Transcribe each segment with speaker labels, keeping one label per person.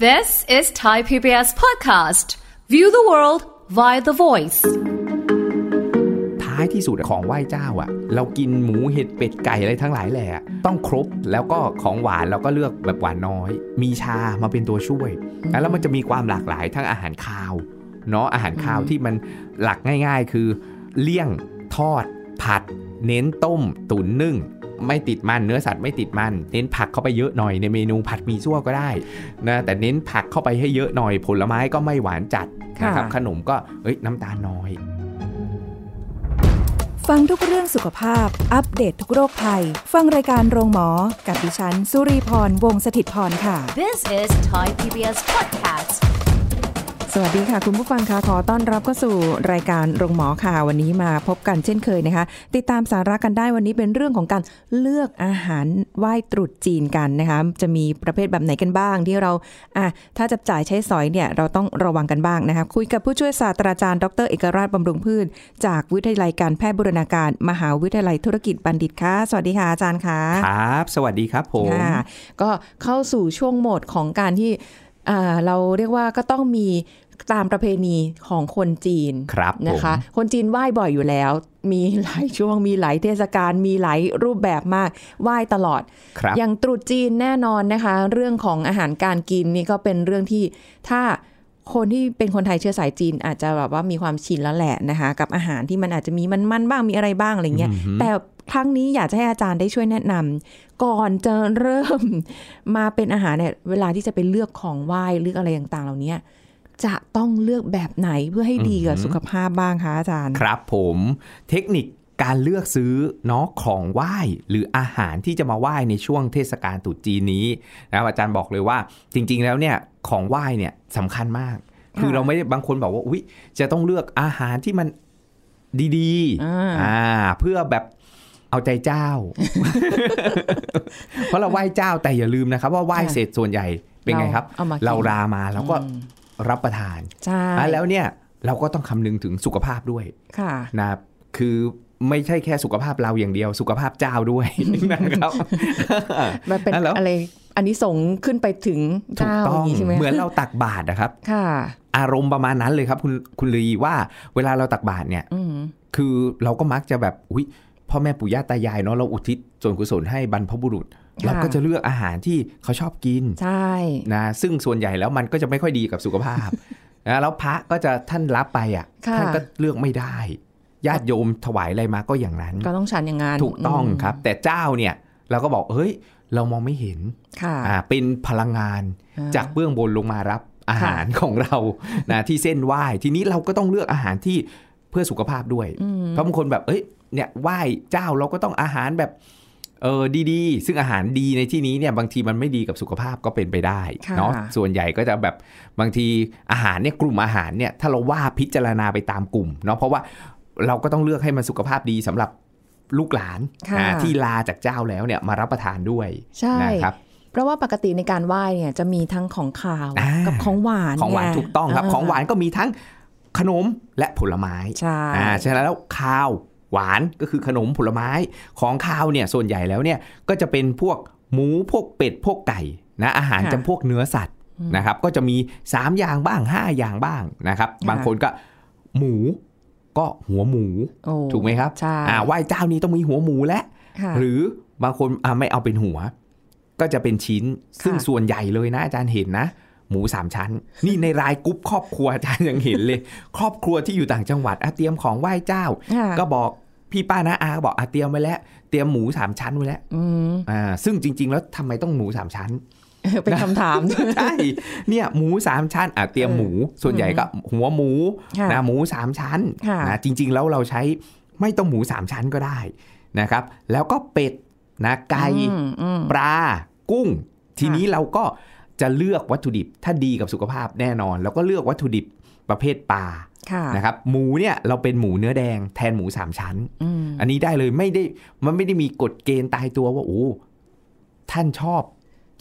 Speaker 1: This is Thai PBS podcast. View the world via the voice.
Speaker 2: ท้ายที่สุดของไหว้เจ้าอะเรากินหมูเห็ดเป็ดไก่อะไรทั้งหลายแหละ ต้องครบแล้วก็ของหวานเราก็เลือกแบบหวานน้อย มีชามาเป็นตัวช่วยนะแล้วมันจะมีความหลากหลายทั้งอาหารคาวเนาะอาหารคาวที่มันหลักง่าย ๆ คือ เลี่ยงทอด ผัด เน้นต้ม ตุ๋นนึ่ง ไม่ติดมันเนื้อสัตว์ไม่ติดมัน เน้นผักเข้าไปเยอะหน่อยในเมนูผัดหมีซั่วก็ได้นะแต่เน้นผักเข้าไปให้เยอะหน่อย ผลไม้ก็ไม่หวานจัดนะครับ
Speaker 3: ค่ะ
Speaker 2: ขนมก็เอ้ยน้ำตาลน้อย
Speaker 3: ฟังทุกเรื่องสุขภาพ อัปเดตททุกโรคภัย ฟังรายการโรงหมอ กับดิฉัน สุรีพร วงศิตพรค่ะ
Speaker 1: This is Thai PBS podcast.
Speaker 3: สวัสดีค่ะ คุณผู้ฟังค่ะขอต้อนรับเข้าสู่รายการโรงหมอค่ะ วันนี้มาพบกันเช่นเคยนะคะ ติดตามสาระกันได้วันนี้เป็นเรื่องของการเลือกอาหารไหว้ตรุษจีนกันนะคะ จะมีประเภทแบบไหนกันบ้าง ที่เราอ่ะถ้าจับจ่ายใช้สอยเนี่ยเราต้องระวังกันบ้างนะคะ คุยกับผู้ช่วยศาสตราจารย์ดรเอกราชบำรุงพืช จากวิทยาลัยการแพทย์บูรณาการ มหาวิทยาลัยธุรกิจบัณฑิตค่ะสวัสดีค่ะอาจารย์ค่ะ
Speaker 2: ครับ สวัสดีครับผม
Speaker 3: ค่ะก็เข้าสู่ช่วงโหมดของการที่อ่าเราเรียกว่าก็ต้องมีตามประเพณีของคนจีน
Speaker 2: ครับผม
Speaker 3: นะคะ คนจีนไหว้บ่อยอยู่แล้ว มีหลายช่วงมีหลายเทศกาลมีหลายรูปแบบมากไหว้ตลอด
Speaker 2: ครับ
Speaker 3: อย่างตรุษจีนแน่นอนนะคะ เรื่องของอาหารการกินนี่ก็เป็นเรื่องที่ถ้าคนที่เป็นคนไทยเชื้อสายจีนอาจจะแบบว่ามีความชินแล้วแหละนะคะ กับอาหารที่มันอาจจะมีมันๆบ้างมีอะไรบ้างอะไรเงี้ยแต่ครั้งนี้อยากจะให้อาจารย์ได้ช่วยแนะนำก่อนจะเริ่ม มาเป็นอาหารเนี่ยเวลาที่จะไปเลือกของไหว้เลือกอะไรต่างๆ เหล่านี้จะต้องเลือกแบบไหนเพื่อให้ดีกับสุขภาพบ้างคะอาจารย์
Speaker 2: ครับผมเทคนิคการเลือกซื้อเนาะของไหว้หรืออาหารที่จะมาไหว้ในช่วงเทศกาลตรุษจีนนี้นะครับอาจารย์บอกเลยว่าจริง ๆ แล้วเนี่ยของไหว้เนี่ยสำคัญมาก คือเราไม่ได้บางคนบอกว่าอุ๊ยจะต้องเลือกอาหารที่มันดี
Speaker 3: อ่า
Speaker 2: อ่าเพื่อแบบเอาใจ เจ้า เพราะเราไหว้เจ้าแต่อย่าลืมนะครับ ว่าไหว้เสร็จส่วนใหญ่เป็นไงครับ
Speaker 3: เอามากิน
Speaker 2: เรารามาแล้วก็
Speaker 3: อืม
Speaker 2: รับประทาน
Speaker 3: ใช่
Speaker 2: อ่ะแล้วเนี่ยเราก็ต้องคำนึงถึงสุขภาพด้วย
Speaker 3: ค่ะ
Speaker 2: นะครับคือไม่ใช่แค่สุขภาพเราอย่างเดียว สุขภาพเจ้าด้วย นะครับ
Speaker 3: มันเป็น
Speaker 2: อ่ะแล้ว
Speaker 3: อะไรอันนี้ส่งส์ขึ้นไปถึง
Speaker 2: ถูก
Speaker 3: เจ้า
Speaker 2: ต้อง
Speaker 3: ย่างนี้ใช่ไหม
Speaker 2: เหมือนเราตักบาตรนะครับ
Speaker 3: ค่ะ
Speaker 2: อารมณ์ประมาณนั้นเลยครับ คุณคุณลีว่าเวลาเราตักบาตรเนี่ย
Speaker 3: อืม
Speaker 2: คือเราก็มักจะแบบอุ้ยพ่อแม่ปู่ย่าตายายเนาะเราอุทิศส่วนกุศลให้บรรพบุรุษ
Speaker 3: ะ
Speaker 2: เราก็จะเลือกอาหารที่เขาชอบกิน
Speaker 3: ใช่
Speaker 2: นะซึ่งส่วนใหญ่แล้วมันก็จะไม่ค่อยดีกับสุขภาพ นะแล้วพระก็จะท่านรับไปอ่ะ
Speaker 3: ค่ะ
Speaker 2: ท่านก็เลือกไม่ได้ญาติโยมถวายอะไรมาก็อย่างนั้น
Speaker 3: ก็ต้องฉันอย่างงาน
Speaker 2: ถูกต้อง
Speaker 3: ม
Speaker 2: ครับ แต่เจ้าเนี่ยเราก็บอกเฮ้ย เรามองไม่เห็น
Speaker 3: ค่ะ
Speaker 2: อ่าเป็นพลังงาน
Speaker 3: อ่
Speaker 2: จากเบื้องบนลงมารับอาหารของเรานะ ที่เส้นไหว้ ทีนี้เราก็ต้องเลือกอาหารที่เพื่อสุขภาพด้วย
Speaker 3: อืม
Speaker 2: เพราะบางคนแบบเอ้ยเนี่ยไหว้เจ้าเราก็ต้องอาหารแบบเออดีๆ ซึ่งอาหารดีในที่นี้เนี่ยบางทีมันไม่ดีกับสุขภาพก็เป็นไปได้
Speaker 3: ค่ะ
Speaker 2: เนาะส่วนใหญ่ก็จะแบบบางทีอาหารเนี่ยกลุ่มอาหารเนี่ยถ้าเราว่าพิจารณาไปตามกลุ่มเนาะเพราะว่าเราก็ต้องเลือกให้มันสุขภาพดีสำหรับลูกหลาน
Speaker 3: ค่ะ
Speaker 2: อ่าที่ลาจากเจ้าแล้วเนี่ยมารับประทานด้วย
Speaker 3: ใช่
Speaker 2: นะครับ
Speaker 3: เพราะว่าปกติในการไหว้เนี่ยจะมีทั้งของขาว
Speaker 2: อ่า
Speaker 3: กับของหวาน
Speaker 2: ของหวาน
Speaker 3: ไ
Speaker 2: ถูกต้องครับของหวานก็มีทั้งขนมและผลไม้
Speaker 3: ใช่
Speaker 2: อ่าฉะนั้นแล้วข้าวหวานก็คือขนมผลไม้ของข้าวเนี่ยส่วนใหญ่แล้วเนี่ยก็จะเป็นพวกหมูพวกเป็ดพวกไก่นะอาหารจำพวกเนื้อสัตว์นะครับก็จะมี 3 อย่างบ้าง 5 อย่างบ้างนะครับบางคนก็หมูก็หัวหมู
Speaker 3: โอ้
Speaker 2: ถูกไหมครับ
Speaker 3: ใช่
Speaker 2: อ่าไหว้เจ้านี้ต้องมีหัวหมูและ
Speaker 3: ค่ะ
Speaker 2: หรือบางคนอ่ะไม่เอาเป็นหัว ก็จะเป็นชิ้น ซึ่งส่วนใหญ่เลยนะอาจารย์เห็นนะ หมูสามชั้น นี่ในรายกรุ๊ปครอบครัวอาจารย์ยังเห็นเลย ครอบครัวที่อยู่ต่างจังหวัดอ่ะเตรียมของไหว้เจ้า
Speaker 3: ค่ะ
Speaker 2: ก็บอกพี่ป้านะอาก็บอกอ่ะเตรียมไว้แล้ว เตรียมหมูสามชั้นไว้แล้ว
Speaker 3: อืม
Speaker 2: อ่าซึ่งจริง ๆ แล้วทำไมต้องหมูสามชั้น
Speaker 3: เป็นคำถาม
Speaker 2: ใช่เนี่ยหมูสามชั้นอ่ะเตรียม
Speaker 3: เออ
Speaker 2: หมูส่วนใหญ่ก็หัวหมู
Speaker 3: ค่ะ
Speaker 2: นะหมูสามชั้น
Speaker 3: ค่ะ
Speaker 2: นะจริง ๆ แล้วเราใช้ไม่ต้องหมูสามชั้นก็ได้นะครับ แล้วก็เป็ดนะไก่
Speaker 3: อืมอืม
Speaker 2: ปลากุ้ง ที
Speaker 3: ค่ะ
Speaker 2: นี้เราก็จะเลือกวัตถุดิบถ้าดีกับสุขภาพแน่นอน แล้วก็เลือกวัตถุดิบประเภทปลา
Speaker 3: ค่ะ
Speaker 2: นะครับหมูเนี่ยเราเป็นหมูเนื้อแดงแทนหมูสามชั้น
Speaker 3: อืม
Speaker 2: อันนี้ได้เลยไม่ได้มันไม่ได้มีกฎเกณฑ์ตายตัวว่าโอ้ท่านชอบ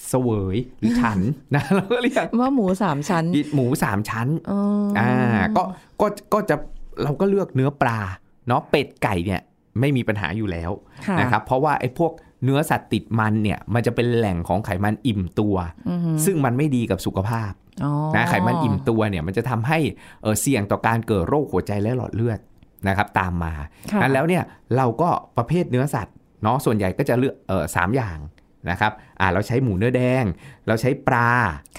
Speaker 2: เสวยหรือ ฉัน นะเราก็เรียก
Speaker 3: ว่าหมูสามชั้น
Speaker 2: อีหมูสามชั้น
Speaker 3: เอ่ออ
Speaker 2: อ่าก็ก็ก็จะเราก็เลือกเนื้อปลาเนาะเป็ดไก่เนี่ยไม่มีปัญหาอยู่แล้ว
Speaker 3: ค่ะ
Speaker 2: นะครับเพราะว่าไอ้พวก เนื้อสัตว์ติดมันเนี่ยมันจะเป็นแหล่งของไขมันอิ่มตัว
Speaker 3: อือหือ
Speaker 2: ซึ่งมันไม่ดีกับสุขภาพ
Speaker 3: อ๋อ
Speaker 2: นะไขมันอิ่มตัวเนี่ยมันจะทำให้เอ่อเสี่ยงต่อการเกิดโรคหัวใจและหลอดเลือดนะครับตามมา
Speaker 3: ค่ะ
Speaker 2: นั้นแล้วเนี่ยเราก็ประเภทเนื้อสัตว์เนาะส่วนใหญ่ก็จะเลือกเอ่อสามอย่างนะครับอ่าเราใช้หมูเนื้อแดง เราใช้ปลา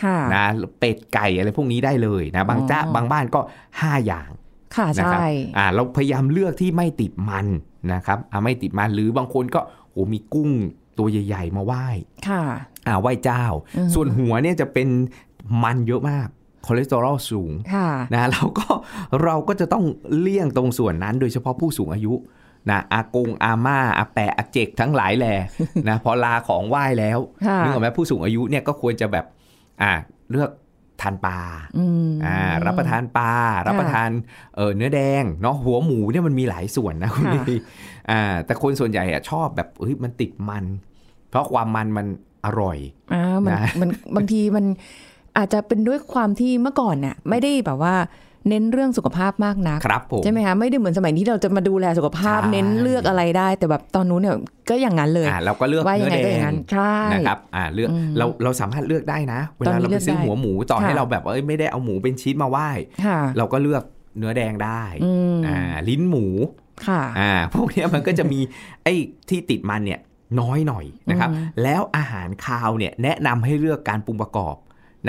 Speaker 3: ค่ะ
Speaker 2: นะเป็ดไก่อะไรพวกนี้ได้เลยนะบางจ้า
Speaker 3: อ๋อ
Speaker 2: บางบ้านก็ 5 อย่าง
Speaker 3: ค่ะ
Speaker 2: นะครั
Speaker 3: ใช่
Speaker 2: อ่าเราพยายามเลือกที่ไม่ติดมันนะครับอ่าไม่ติดมันหรือบางคนก็โอ้มีกุ้งตัวใหญ่ ๆ มาไหว้
Speaker 3: ค่ะ
Speaker 2: อ่าไหว้เจ้า
Speaker 3: อือฮึ
Speaker 2: ส่วนหัวเนี่ยจะเป็นมันเยอะมากคอเลสเตอรอลสูง
Speaker 3: ค่ะ
Speaker 2: นะเราก็ เราก็จะต้องเลี่ยงตรงส่วนนั้นโดยเฉพาะผู้สูงอายุนะอากงอาม่าอาแปะอาเจกทั้งหลายแหล นะพอลาของไหว้แล้ว
Speaker 3: ค่ะ
Speaker 2: นึกออกไหมผู้สูงอายุเนี่ยก็ควรจะแบบอ่าเลือกทานปลา
Speaker 3: อืม
Speaker 2: อ่ารับประทานปลารับประทานเออเนื้อแดงเนาะหัวหมูเนี่ยมันมีหลายส่วนนะคุณ
Speaker 3: ค่ะ
Speaker 2: ลีอ่าแต่คนส่วนใหญ่อะชอบแบบเฮ้ยมันติดมัน เพราะความมันมันอร่อย
Speaker 3: อ่ามัน
Speaker 2: นะ
Speaker 3: มันบางทีมันอาจจะเป็นด้วยความที่เมื่อก่อนน่ะไม่ได้แบบว่าเน้นเรื่องสุขภาพมากนัก
Speaker 2: ครับผม
Speaker 3: ใช่ไหมคะไม่ได้เหมือนสมัยนี้เราจะมาดูแลสุขภาพ
Speaker 2: ใช่
Speaker 3: เน้นเลือกอะไรได้ แต่แบบตอนนู้นเนี่ยก็อย่างนั้นเลย
Speaker 2: อ่าเราก็เลือก
Speaker 3: ว่ายั
Speaker 2: เนื้
Speaker 3: ง
Speaker 2: อ
Speaker 3: ไง
Speaker 2: แด
Speaker 3: ก็อย่าง
Speaker 2: ง
Speaker 3: นั้นใช่
Speaker 2: นะครับอ่าเลือก
Speaker 3: อืม
Speaker 2: เราเราสามารถเลือกได้นะ เว
Speaker 3: ตอน
Speaker 2: ลา
Speaker 3: นี้
Speaker 2: เราไปซื้อ
Speaker 3: เลือกได้
Speaker 2: หัวหมูต่อให้
Speaker 3: ค่ะ
Speaker 2: เราแบบว่าเอ้ยไม่ได้เอาหมูเป็นชิ้นมาไหว้
Speaker 3: ค่ะ
Speaker 2: เราก็เลือกเนื้อแดงได้
Speaker 3: อืม
Speaker 2: อ่าลิ้นหมู
Speaker 3: ค่ะ
Speaker 2: อ่าพวกเนี้ยมันก็จะมี ไอ้ที่ติดมันเนี่ยน้อยหน่อยนะครับ
Speaker 3: อืม
Speaker 2: แล้วอาหารคาวเนี่ยแนะนำให้เลือกการปรุงประกอบ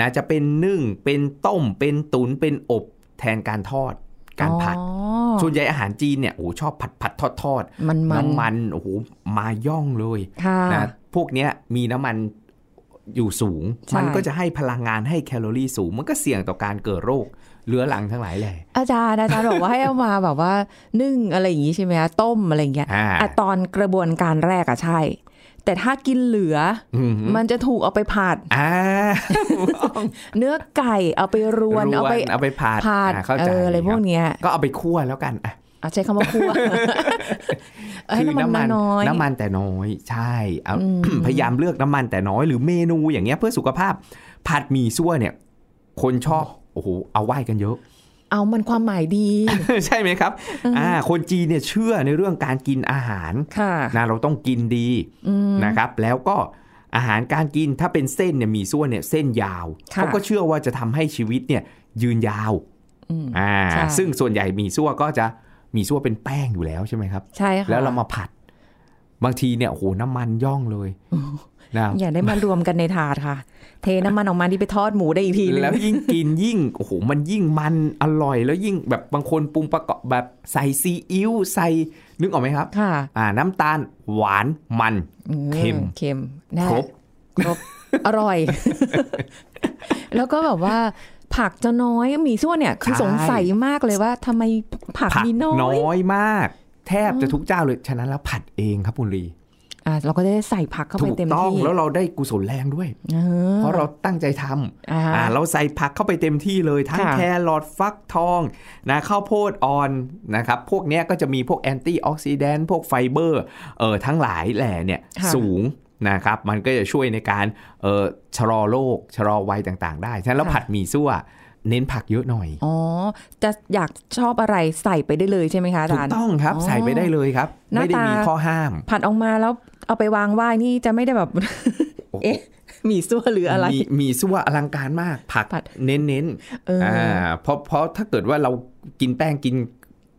Speaker 2: นะจะเป็นนึ่งเป็นต้ม เป็นตุนเป็นอบแทนการทอด การผัด
Speaker 3: อ๋อ
Speaker 2: ส่วนใหญ่อาหารจีนเนี่ยโอ้โหชอบผัดผัดทอดทอด
Speaker 3: มันมัน
Speaker 2: น้ำมันโอ้โหมาย่องเลย
Speaker 3: ค่ะ
Speaker 2: นะพวกเนี้ยมีน้ำมันอยู่สูง
Speaker 3: ใช่
Speaker 2: มันก็จะให้พลังงานให้แคลอรี่สูง มันก็เสี่ยงต่อการเกิดโรคเรื้อรังทั้งหลายแหละ
Speaker 3: อาจารย์อาจารย์บอกว่าให้เอามาแบบว่านึ่งอะไรอย่างงี้ใช่ไหมคะต้มอะไรอย่างเงี้ย
Speaker 2: อ่า
Speaker 3: อ่ะตอนกระบวนการแรกอะใช่ แต่ถ้ากินเหลือ
Speaker 2: อืม
Speaker 3: มันจะถูกเอาไปผัด
Speaker 2: อ่า
Speaker 3: เนื้อไก่เอาไปรวนเอาไป
Speaker 2: เอาไปผัด
Speaker 3: ผัด
Speaker 2: อ่ะเข้า
Speaker 3: เอ
Speaker 2: ใจ
Speaker 3: ออะไรพวกเนี้ย
Speaker 2: ก็เอาไปคั่วแล้วกันอ่ะ
Speaker 3: เอาใช้คำว่าคั่วให้น้ำมันน้อยๆ
Speaker 2: น้ำมันแต่น้อยใช่เอา
Speaker 3: อืม
Speaker 2: พยายามเลือกน้ำมันแต่น้อยหรือเมนูอย่างเงี้ยเพื่อสุขภาพ ผัดหมี่ซั่วเนี่ย คนชอบโอ้โหเอาไหว้กันเยอะ
Speaker 3: เอามันความหมายดี
Speaker 2: ใช่ไหมครับอ่าคนจีนเนี่ยเชื่อในเรื่องการกินอาหาร
Speaker 3: ค่ะ
Speaker 2: นะเราต้องกินดี
Speaker 3: อืม
Speaker 2: นะครับ แล้วก็อาหารการกินถ้าเป็นเส้นเนี่ยหมีซั่วเนี่ยเส้นยาว
Speaker 3: ค่ะ
Speaker 2: เขาก็เชื่อว่าจะทำให้ชีวิตเนี่ยยืนยาว
Speaker 3: อืม
Speaker 2: อ่า
Speaker 3: ใช่
Speaker 2: ซึ่งส่วนใหญ่หมี่ซั่วก็จะหมี่ซั่วเป็นแป้งอยู่แล้วใช่ไหมครับ
Speaker 3: ใช่ค่ะ
Speaker 2: แล้วเรามาผัด บางทีเนี่ยโอ้โหน้ำมันย่องเลยนะ
Speaker 3: อย่าได้มารวมกันในถาดค่ะ เทน้ำมันออกมาที่ไปทอดหมูได้อีกทีนึง
Speaker 2: แล้วยิ่งกินยิ่งโอ้โหมันยิ่งมันอร่อยแล้วยิ่งแบบบางคนปรุงประกอบแบบใส่ซีอิ๊วใส่นึกออกไหมครับ
Speaker 3: ค่ะ
Speaker 2: อ่า น้ำตาลหวานมัน
Speaker 3: อื
Speaker 2: เค็ม
Speaker 3: เค็มนะ
Speaker 2: ครบ
Speaker 3: ครบอร่อย แล้วก็แบบว่า ผักจะน้อยหมีส่วนเนี่ย คือสงสัยมากเลยว่าทำไมผัก
Speaker 2: ผัก
Speaker 3: มีน้อย
Speaker 2: น้อยมาก แทบจะทุกเจ้าเลยฉะนั้นแล้วผัดเองครับคุณลี
Speaker 3: อ่ะเราก็จะได้ใส่ผักเข้าไป
Speaker 2: ถูก
Speaker 3: เต็ม
Speaker 2: ต้อง
Speaker 3: ที่
Speaker 2: แล้วเราได้กุศลแรงด้วย
Speaker 3: ออ
Speaker 2: เพราะเราตั้งใจทำ
Speaker 3: อ่า
Speaker 2: อ่าเราใส่ผักเข้าไปเต็มที่เลยทั้ง
Speaker 3: ค่ะ
Speaker 2: แครอทฟักทองนะข้าวโพดอ่อนนะครับพวกเนี้ยก็จะมีพวกแอนตี้ออกซิแดนต์พวกไฟเบอร์เอ่อทั้งหลายแหล่เนี่ยสูงนะครับมันก็จะช่วยในการเอ่อชะลอโรคชะลอวัยต่างๆ ได้ฉะนั้นแล้วผัดหมี่ซั่วเน้นผักเยอะหน่อย
Speaker 3: อ๋อ จะอยากชอบอะไรใส่ไปได้เลยใช่ไหมคะอา
Speaker 2: ถู
Speaker 3: จาร
Speaker 2: ก
Speaker 3: ย์
Speaker 2: ต้องครับ
Speaker 3: อ๋อ
Speaker 2: ใส่ไปได้เลยครับ
Speaker 3: หน้า
Speaker 2: ไม่ได้
Speaker 3: ตามี
Speaker 2: มีข้อห้าม
Speaker 3: ผัดออกมาแล้วเอาไปวางไหว้นี่จะไม่ได้แบบ
Speaker 2: โอ้โห
Speaker 3: เอ๊ะหมีซั่วหรืออะไร
Speaker 2: มีมีซั่วอลังการมากผัก
Speaker 3: ผัด
Speaker 2: เน้นเน้นๆ
Speaker 3: เอออ่
Speaker 2: เพราะเพราะถ้าเกิดว่าเรากินแป้งกิน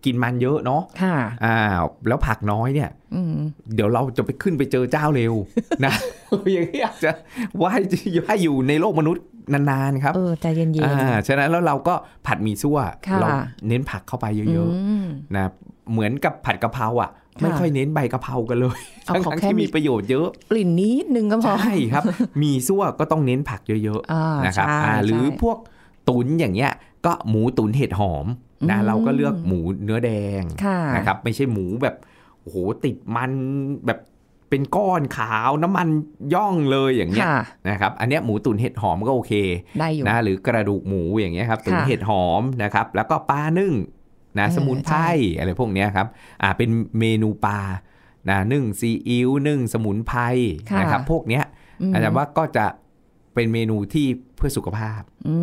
Speaker 2: กินมันเยอะเนาะ
Speaker 3: ค่ะ
Speaker 2: อ่าแล้วผักน้อยเนี่ย
Speaker 3: อืม
Speaker 2: เดี๋ยวเราจะไปขึ้นไปเจอเจ้าเร็ว นะ อย่างนี้อยากจะ ว่ายว่ายอยู่ในโลกมนุษย์นานๆครับ
Speaker 3: เออใจเย็นๆ
Speaker 2: อ่าฉะนั้นแล้วเราก็ผัดหมีซั่ว
Speaker 3: ค่ะ
Speaker 2: เราเน้นผักเข้าไปเยอะ
Speaker 3: ม
Speaker 2: ๆนะเหมือนกับผัดกะเพราอ่ะ ไม่ค่อยเน้นใบกะเพรากันเลย
Speaker 3: เอาขอ
Speaker 2: ทั้งๆ
Speaker 3: แค่
Speaker 2: ที่
Speaker 3: มี
Speaker 2: มีประโยชน์เยอะ
Speaker 3: กลิ่นนิดนึงก็พอ
Speaker 2: ใช่ ครับ มีซั่วก็ต้องเน้นผักเยอะ
Speaker 3: อ่า
Speaker 2: ๆ
Speaker 3: น
Speaker 2: นะครับ
Speaker 3: ใช่
Speaker 2: อ่าหรือ
Speaker 3: ใช่
Speaker 2: พวกตุ๋นอย่างเงี้ย ก็หมูตุ๋นเห็ดหอมนะ
Speaker 3: อืม
Speaker 2: เราก็เลือกหมูเนื้อแดง
Speaker 3: ค่ะ
Speaker 2: นะครับไม่ใช่หมูแบบโอ้โหติดมันแบบเป็นก้อนขาวน้ำมันย่องเลยอย่างเงี้ย
Speaker 3: ค่ะ
Speaker 2: นะครับอันเนี้ยหมูตุ๋นเห็ดหอมก็โอเค
Speaker 3: ได้อยู่
Speaker 2: นะหรือกระดูกหมูอย่างเงี้ยครับตุ๋น
Speaker 3: ค่ะ
Speaker 2: เห็ดหอมนะครับแล้วก็ปลานึ่งนะ
Speaker 3: เออ
Speaker 2: สมุนไพร
Speaker 3: ใช่
Speaker 2: อะไรพวกเนี้ยครับอ่าเป็นเมนูปลานะนึ่งซีอิ๊วนึ่งสมุนไพรนะครับพวกเนี้ย
Speaker 3: ม
Speaker 2: อาจารย์ว่าก็จะ เป็นเมนูที่เพื่อสุขภาพ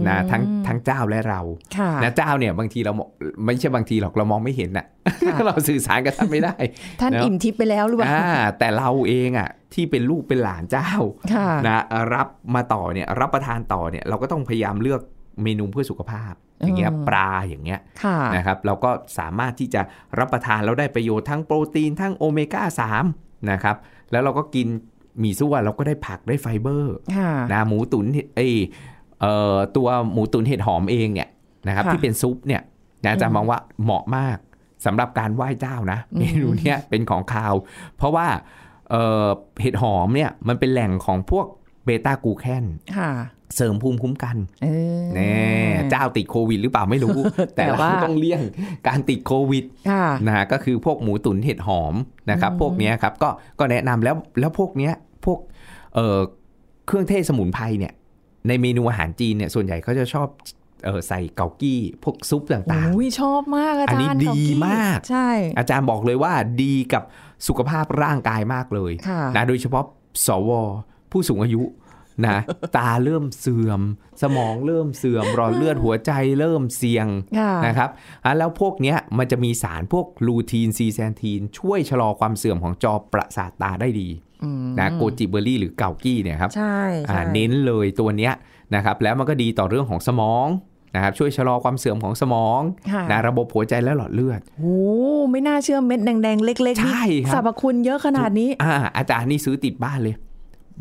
Speaker 2: นะทั้งทั้งเจ้าและเรา
Speaker 3: ค่ะ
Speaker 2: นะเจ้าเนี่ยบางทีเรามองไม่ใช่บางทีหรอกเรามองไม่เห็นน่ะ
Speaker 3: ค่ะ
Speaker 2: เราสื่อสารกับท่านไม่ได้
Speaker 3: ท่าน
Speaker 2: เนอะ
Speaker 3: อิ่มทิพย์ไปแล้วหรือเปล่า
Speaker 2: อ่าแต่เราเองอ่ะที่เป็นลูกเป็นหลานเจ้า
Speaker 3: ค่ะ
Speaker 2: นะรับมาต่อเนี่ยรับประทานต่อเนี่ยเราก็ต้องพยายามเลือกเมนูเพื่อสุขภาพ อย่างเงี้ย
Speaker 3: อืม
Speaker 2: ปลาอย่างเงี้ย
Speaker 3: ค่ะ
Speaker 2: นะครับเราก็สามารถที่จะรับประทานแล้วได้ประโยชน์ทั้งโปรตีนทั้งโอเมก้า3นะครับแล้วเราก็กินหมี่ซั่วเราก็ได้ผักได้ไฟเบอร์
Speaker 3: ค่ะ
Speaker 2: นะหมูตุนเอยเอ่อตัวหมูตุนเห็ดหอมเองเนี่ยนะครับ
Speaker 3: ค่ะ
Speaker 2: ที่เป็นซุปเนี่ยนะอาจะมองว่าเหมาะมากสำหรับการไหว้เจ้านะ
Speaker 3: อืม
Speaker 2: เมนูเนี้ยเป็นของคาว เพราะว่าเอ่อเห็ดหอมเนี่ยมันเป็นแหล่งของพวกเบต้ากลูแคน
Speaker 3: ค่ะ
Speaker 2: เสริมภูมิคุ้มกัน
Speaker 3: เออ
Speaker 2: แน่เจ้าติดโควิดหรือเปล่าไม่ รู้ แต่เรา
Speaker 3: ว่า
Speaker 2: ต้องเลี่ยงการติดโควิด
Speaker 3: ค่ะ
Speaker 2: นะฮะก็คือพวกหมูตุ๋นเห็ดหอมนะครับ
Speaker 3: อืม
Speaker 2: พวกเนี้ยครับก็ก็แนะนำแล้วแล้วพวกเนี้ยพวกเอ่อเครื่องเทศสมุนไพรเนี่ยในเมนูอาหารจีนเนี่ยส่วนใหญ่เขาจะชอบเอ่อใส่เกากี้พวกซุปต่าง
Speaker 3: โอ้ยชอบมากอา
Speaker 2: อัน
Speaker 3: จารย์
Speaker 2: นี้ดี
Speaker 3: ขอบคุณ
Speaker 2: มาก
Speaker 3: ใช่
Speaker 2: ๆ อาจารย์บอกเลยว่าดีกับสุขภาพร่างกายมากเลย
Speaker 3: ค่ะ
Speaker 2: นะโดยเฉพาะสว ผู้สูงอายุ นะตาเริ่มเสื่อม สมองเริ่มเสื่อมหลอดเลือดหัวใจเริ่มเสี่ยง
Speaker 3: ค่ะ
Speaker 2: นะครับอ่ะแล้วพวกเนี้ยมันจะมีสารพวกลูทีนซีแซนทีน ช่วยชะลอความเสื่อมของจอประสาทตาได้ดี
Speaker 3: อืม
Speaker 2: นะโกจิเบอร์รี่หรือเกากี้เนี่ยครับ
Speaker 3: ใช่
Speaker 2: อ่า
Speaker 3: ใช่
Speaker 2: เน้นเลยตัวเนี้ยนะครับแล้วมันก็ดีต่อเรื่องของสมองนะครับช่วยชะลอความเสื่อมของสมอง
Speaker 3: ค่ะ
Speaker 2: นะระบบหัวใจและหลอดเลือด
Speaker 3: โอ้ไม่น่าเชื่อเม็ดแดงๆ เล็กๆนี่
Speaker 2: ใช่ครับ
Speaker 3: สรรพคุณเยอะขนาดนี้
Speaker 2: อ่าอาจารย์นี่ซื้อติดบ้านเลย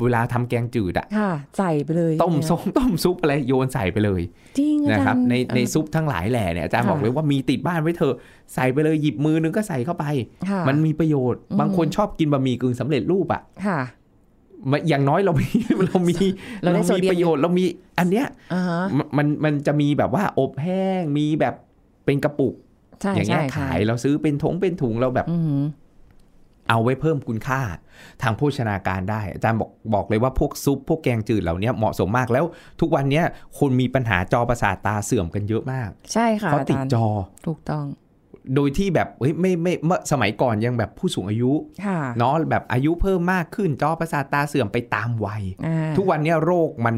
Speaker 2: เวลาทำแกงจืดอะ
Speaker 3: ค่ะ ใส่ไปเลย
Speaker 2: ต้ม
Speaker 3: ใช่
Speaker 2: ส้มต้มซุปอะไรโยนใส่ไปเลย
Speaker 3: จริงอา
Speaker 2: นะค
Speaker 3: จา
Speaker 2: รั
Speaker 3: ร
Speaker 2: บ
Speaker 3: ย์
Speaker 2: ในใน
Speaker 3: เอ
Speaker 2: ซุปทั้งหลายแหล่เนี่ยอาจารย์
Speaker 3: ค่ะ
Speaker 2: บอกเลยว่ามีติดบ้านไว้เถอะใส่ไปเลยหยิบมือนึงก็ใส่เข้าไป
Speaker 3: อค่ะ
Speaker 2: มันมีประโยชน์
Speaker 3: อืม
Speaker 2: บางคนชอบกินบะหมี่กึ่งสำเร็จรูปอะ
Speaker 3: ค่ะ
Speaker 2: มันอย่างน้อยเรามี เรามี
Speaker 3: เราได้โซเดียม
Speaker 2: ประโยชน์เรามีอันเนี้ย
Speaker 3: อ่าฮะ
Speaker 2: มันมันมันจะมีแบบว่าอบแห้งมีแบบเป็นกระปุก
Speaker 3: ใช่
Speaker 2: อย่างเงี้
Speaker 3: ใช่
Speaker 2: ย
Speaker 3: ค่ะ
Speaker 2: ขายเราซื้อเป็นถงเป็นถุงเราแบบ
Speaker 3: อืม
Speaker 2: เอาไว้เพิ่มคุณค่า ทางโภชนาการได้ อาจารย์บอกบอกเลยว่าพวกซุปพวกแกงจืดเหล่าเนี้ยเหมาะสมมากแล้วทุกวันเนี้ยคนมีปัญหาจอประสาทตาเสื่อมกันเยอะมาก
Speaker 3: ใช่ค่ะ
Speaker 2: เพราะติด
Speaker 3: อา
Speaker 2: จ
Speaker 3: จารย์
Speaker 2: อ
Speaker 3: ถูกต้อง
Speaker 2: โดยที่แบบเฮ้ยไม่ไม่เมื่อสมัยก่อนยังแบบผู้สูงอายุ
Speaker 3: ค่ะ
Speaker 2: เนาะแบบอายุเพิ่มมากขึ้นจอประสาทตาเสื่อมไปตามวัย
Speaker 3: อ่า
Speaker 2: ทุกวันเนี้ยโรคมัน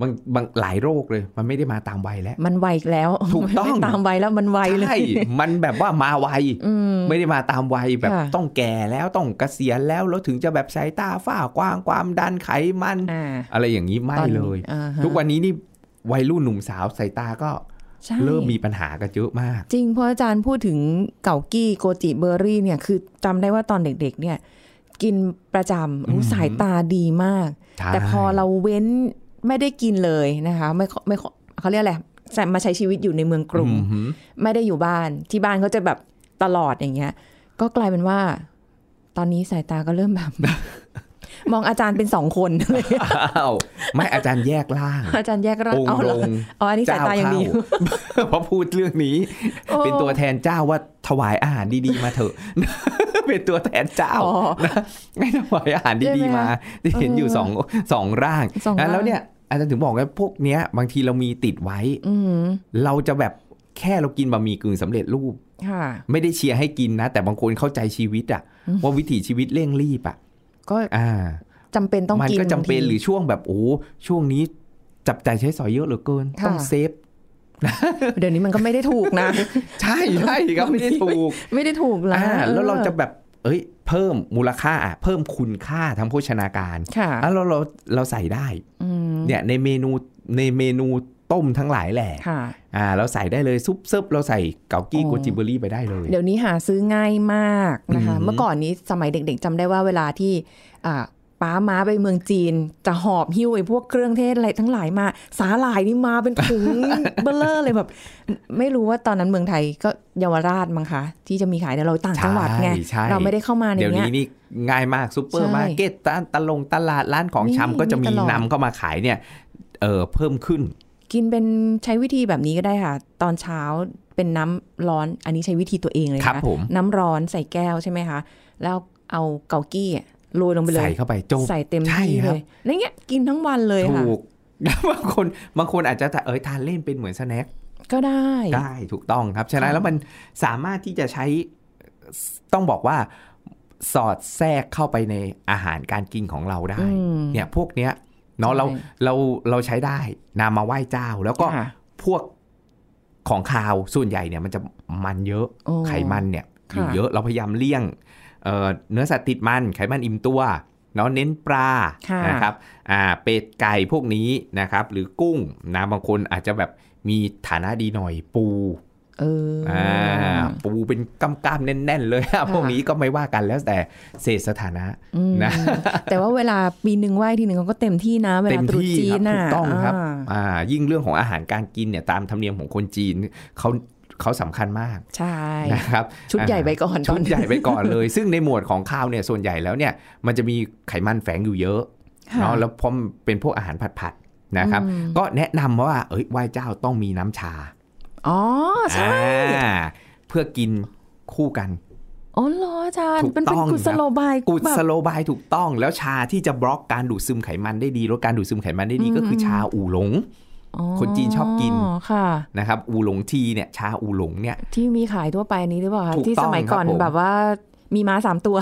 Speaker 2: บางบางหลายโรคเลย มันไม่ได้มาตามวัยแล้ว
Speaker 3: มันไวแล้ว
Speaker 2: ถูกต้อง
Speaker 3: ไม่ตามไวแล้วมันไวเลย
Speaker 2: ใช่มันแบบว่ามาไว
Speaker 3: อืม
Speaker 2: ไม่ได้มาตามวัยแบบ
Speaker 3: ค่ะ
Speaker 2: ต้องแก่แล้วต้องเกษียณแล้วแล้วถึงจะแบบสายตาฝ้ากว้างความดันไขมัน
Speaker 3: อ่า
Speaker 2: อะไรอย่างนี้ไม่
Speaker 3: ตอน
Speaker 2: เลย
Speaker 3: อ่าฮะ
Speaker 2: ทุกวันนี้นี่วัยรุ่นหนุ่มสาวสายตาก็
Speaker 3: ใช่
Speaker 2: เริ่มมีปัญหากันเยอะมาก
Speaker 3: จริงเพราะอาจารย์พูดถึงเก่ากี้โกจิเบอร์รี่เนี่ยคือจำได้ว่าตอนเด็กๆเนี่ยกินประจำ
Speaker 2: อื
Speaker 3: รู้
Speaker 2: ม
Speaker 3: สายตาดีมาก
Speaker 2: ใช่
Speaker 3: แต่พอเราเว้นไม่ได้กินเลยนะคะไม่ค่อยไม่ค่อยเขาเรียกอะไรจะมาใช้ชีวิตอยู่ในเมืองกรุง
Speaker 2: อือหือ
Speaker 3: ไม่ได้อยู่บ้านที่บ้านเขาจะแบบตลอดอย่างเงี้ย ก็กลายเป็นว่า ตอนนี้สายตาก็เริ่มแบบ มองอาจารย์เป็นสองคน
Speaker 2: อ้าวไม่อาจารย์แยกล่าง
Speaker 3: อาจารย์แยกร่าง
Speaker 2: องค์
Speaker 3: เอาเหรอ
Speaker 2: ลง
Speaker 3: อ๋ออันนี้สาย
Speaker 2: เจ้
Speaker 3: ตายังดีอยู่
Speaker 2: เข้า เพราะ พูดเรื่องนี้
Speaker 3: โอ้
Speaker 2: เป็นตัวแทนเจ้าว่าถวายอาหารดีๆมาเถอะ เป็นตัวแทนเจ้า
Speaker 3: อ๋อ
Speaker 2: ไม่ถวายอาหารดีๆมาที่เห็นอยู่สองสองร่าง
Speaker 3: สอง
Speaker 2: นะ
Speaker 3: ร่าง
Speaker 2: แล้วเนี่ยอาจารย์ถึงบอกว่าพวกเนี้ย บางทีเรามีติดไว้
Speaker 3: อืม
Speaker 2: เราจะแบบแค่เรากินบะหมี่กึ่งสำเร็จรูป
Speaker 3: ค่ะ
Speaker 2: ไม่ได้เชียร์ให้กินนะ แต่บางคนเข้าใจชีวิตอะ
Speaker 3: อืม
Speaker 2: ว่าวิถีชีวิตเร่งรีบอะ
Speaker 3: ก็
Speaker 2: อ่า
Speaker 3: จำเป็นต้อง
Speaker 2: มัน
Speaker 3: กิน
Speaker 2: ก็จำเป็น
Speaker 3: บางที
Speaker 2: หรือช่วงแบบโอ้ช่วงนี้จับใจายใช้สอยเยอะเหลือเกิน
Speaker 3: ค่ะ
Speaker 2: ต้องเซฟ
Speaker 3: เดี๋ยวนี้มันก็ไม่ได้ถูกนะ
Speaker 2: ใช่ใช่ครับไม่ได้ถูก
Speaker 3: ไม่ได้ถูกละ
Speaker 2: อ่าแล้วเราจะ
Speaker 3: ออ
Speaker 2: แบบ เอ้ย เพิ่มมูลค่า เพิ่มคุณค่าทางโภชนาการ
Speaker 3: ค่ะ
Speaker 2: อ่ะแล้วเราเราใส่ได้
Speaker 3: อืม
Speaker 2: เนี่ยในเมนูในเมนูต้มทั้งหลายแหละ
Speaker 3: ค่ะ
Speaker 2: อ่า เราใส่ได้เลยซุปเซิบเราใส่เกากี้
Speaker 3: อ๋อ
Speaker 2: โกจิเบอรี่ไปได้เลย
Speaker 3: เดี๋ยวนี้หาซื้อง่ายมากนะคะ
Speaker 2: อืม
Speaker 3: เมื่อก่อนนี้สมัยเด็กๆจำได้ว่าเวลาที่อ่าป้าม้าไปเมืองจีน จะหอบหิ้วไอ้พวกเครื่องเทศอะไรทั้งหลายมา สาหร่ายนี่มาเป็นถุง เบลเลอร์เลยแบบ ไม่รู้ว่าตอนนั้นเมืองไทยก็เยาวราชมั้งคะ ที่จะมีขายแต่เราต่างจังหวัดไง
Speaker 2: ใช่ใช่
Speaker 3: เราไม่ได้เข้ามาใน
Speaker 2: เดี๋ยว
Speaker 3: เนี้ย
Speaker 2: นี้นี่ง่ายมากซุปเปอร์มาร์เก็ตตานตลงตลาดร้านของชำ
Speaker 3: นี่
Speaker 2: ก็จะ
Speaker 3: มี
Speaker 2: มี
Speaker 3: ตลอด
Speaker 2: นำเข้ามาขายเนี่ย เออเพิ่มขึ้น
Speaker 3: กินเป็นใช้วิธีแบบนี้ก็ได้ค่ะ ตอนเช้าเป็นน้ำร้อนอันนี้ใช้วิธีตัวเองเลย
Speaker 2: ครับ
Speaker 3: นะ
Speaker 2: ผม
Speaker 3: น้ำร้อนใส่แก้วใช่ไหมคะ แล้วเอาเกากี้อะโรยลงไปเล
Speaker 2: ใส่
Speaker 3: ย
Speaker 2: เข้าไปจบ
Speaker 3: ใส่เต็ม
Speaker 2: ใช่
Speaker 3: ที่
Speaker 2: ค
Speaker 3: เล
Speaker 2: รับ
Speaker 3: ยแล้วเงี้ยกินทั้งวันเลยค่ะ
Speaker 2: ถูก บางคนบางคนอาจจะเอ้ยทานเล่นเป็นเหมือนสแน็ค
Speaker 3: ก็ได้
Speaker 2: ได้ถูกต้องครับ ฉะนั้
Speaker 3: ค่ะ
Speaker 2: นแล้วมันสามารถที่จะใช้ต้องบอกว่าสอดแทรกเข้าไปในอาหารการกินของเราได้
Speaker 3: อืม
Speaker 2: เนี่ยพวกเนี้ย เนาะเรา
Speaker 3: ใช่
Speaker 2: เราเราใช้ได้นำมาไหว้เจ้า แล้วก็
Speaker 3: ค่ะ
Speaker 2: พวกของคาวส่วนใหญ่เนี่ยมันจะมันเยอะ
Speaker 3: โอ้
Speaker 2: ไขมันเนี่ยอยู่
Speaker 3: ค่ะ
Speaker 2: เยอะเราพยายามเลี่ยงเอ่อเนื้อสัตว์ติดมันไขมันอิ่มตัวเนาะเน้นปลา
Speaker 3: ค่ะ
Speaker 2: นะครับอ่าเป็ดไก่พวกนี้นะครับ หรือกุ้งนะบางคนอาจจะแบบมีฐานะดีหน่อยปู
Speaker 3: เอออ
Speaker 2: อ่าปูเป็นกำกามๆแน่น ๆ เลย อะพวกนี้ก็ไม่ว่ากันแล้วแต่เศษสถานะ
Speaker 3: อืม
Speaker 2: นะ
Speaker 3: แต่ว่าเวลาปีหนึ่งไหว้ทีหนึ่งเขาก็เต็มที่นะ เว
Speaker 2: เต็
Speaker 3: ลาม ตรุษ
Speaker 2: ที่
Speaker 3: จี
Speaker 2: ครับ
Speaker 3: นน่ะ
Speaker 2: ถูกต้องครับ
Speaker 3: า
Speaker 2: อ่ายิ่งเรื่องของอาหารการกินเนี่ยตามธรรมเนียมของคนจีนเขาเขาสำคัญมาก
Speaker 3: ใช่
Speaker 2: นะครับ
Speaker 3: ชุดใหญ่ไปก่อน
Speaker 2: ชุด
Speaker 3: ตอนนี้
Speaker 2: ใหญ่ไปก่อนเลย ซึ่งในหมวดของข้าวเนี่ยส่วนใหญ่แล้วเนี่ยมันจะมีไขมันแฝงอยู่เยอะ
Speaker 3: ค่ะ
Speaker 2: เนาะแล้วพร้อมเป็นพวกอาหารผัดๆนะครับ
Speaker 3: อืม
Speaker 2: ก็แนะนำว่าเอ้ยไหว้เจ้าต้องมีน้ำชา
Speaker 3: อ๋อใช่
Speaker 2: อ่าเพื่อกินคู่กัน
Speaker 3: อ๋อเหรออาจารย์
Speaker 2: ถูก
Speaker 3: เป็น
Speaker 2: ต้
Speaker 3: เป็น
Speaker 2: อง
Speaker 3: กุศโลบาย
Speaker 2: กุศ
Speaker 3: แบบ
Speaker 2: โลบายถูกต้องแล้วชาที่จะบล็อกการดูดซึมไขมันได้ดีลดการดูดซึมไขมันได้ดี
Speaker 3: อืม
Speaker 2: ก็คือชาอู่หลง
Speaker 3: อ๋อ
Speaker 2: คนจีนชอบกิน
Speaker 3: ค่ะ
Speaker 2: นะครับอู่หลงทีเนี่ยชาอู่หลงเนี่ย
Speaker 3: ที่มีขายทั่วไปอันนี้หรือเปล่าคะ
Speaker 2: ถูก
Speaker 3: ที่สมัย
Speaker 2: ต้องครับ
Speaker 3: ก่อน
Speaker 2: ผม
Speaker 3: แบบว่ามีม้าสามตัว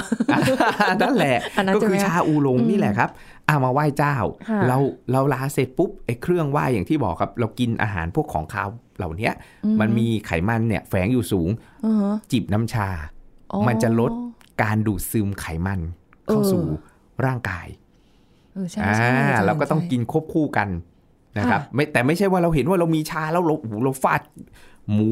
Speaker 2: นั่นแหละ
Speaker 3: อันนั้น
Speaker 2: ก็
Speaker 3: ใช่ไหม
Speaker 2: คือชาอูหลงนี่แหละครับเอามาไหว้เจ้า
Speaker 3: ค่ะ
Speaker 2: เราเราลาเสร็จปุ๊บไอ้เครื่องไหว้อย่างที่บอกครับ เรากินอาหารพวกของคาวเหล่าเนี้ยมันมีไขมันเนี่ยแฝงอยู่สูง
Speaker 3: อือฮะ
Speaker 2: จิบน้ำชา
Speaker 3: อ๋อ
Speaker 2: มันจะลดการดูดซึมไขมันเข้าสู่ร่างกาย
Speaker 3: เออใช่
Speaker 2: อ่า
Speaker 3: ใช่ใช่
Speaker 2: เราก็ต้อง
Speaker 3: ใช่
Speaker 2: กินควบคู่กันนะครับไม่แต่ไม่ใช่ว่าเราเห็นว่าเรามีชาแล้วเราโอ้โหเราฟาดหมู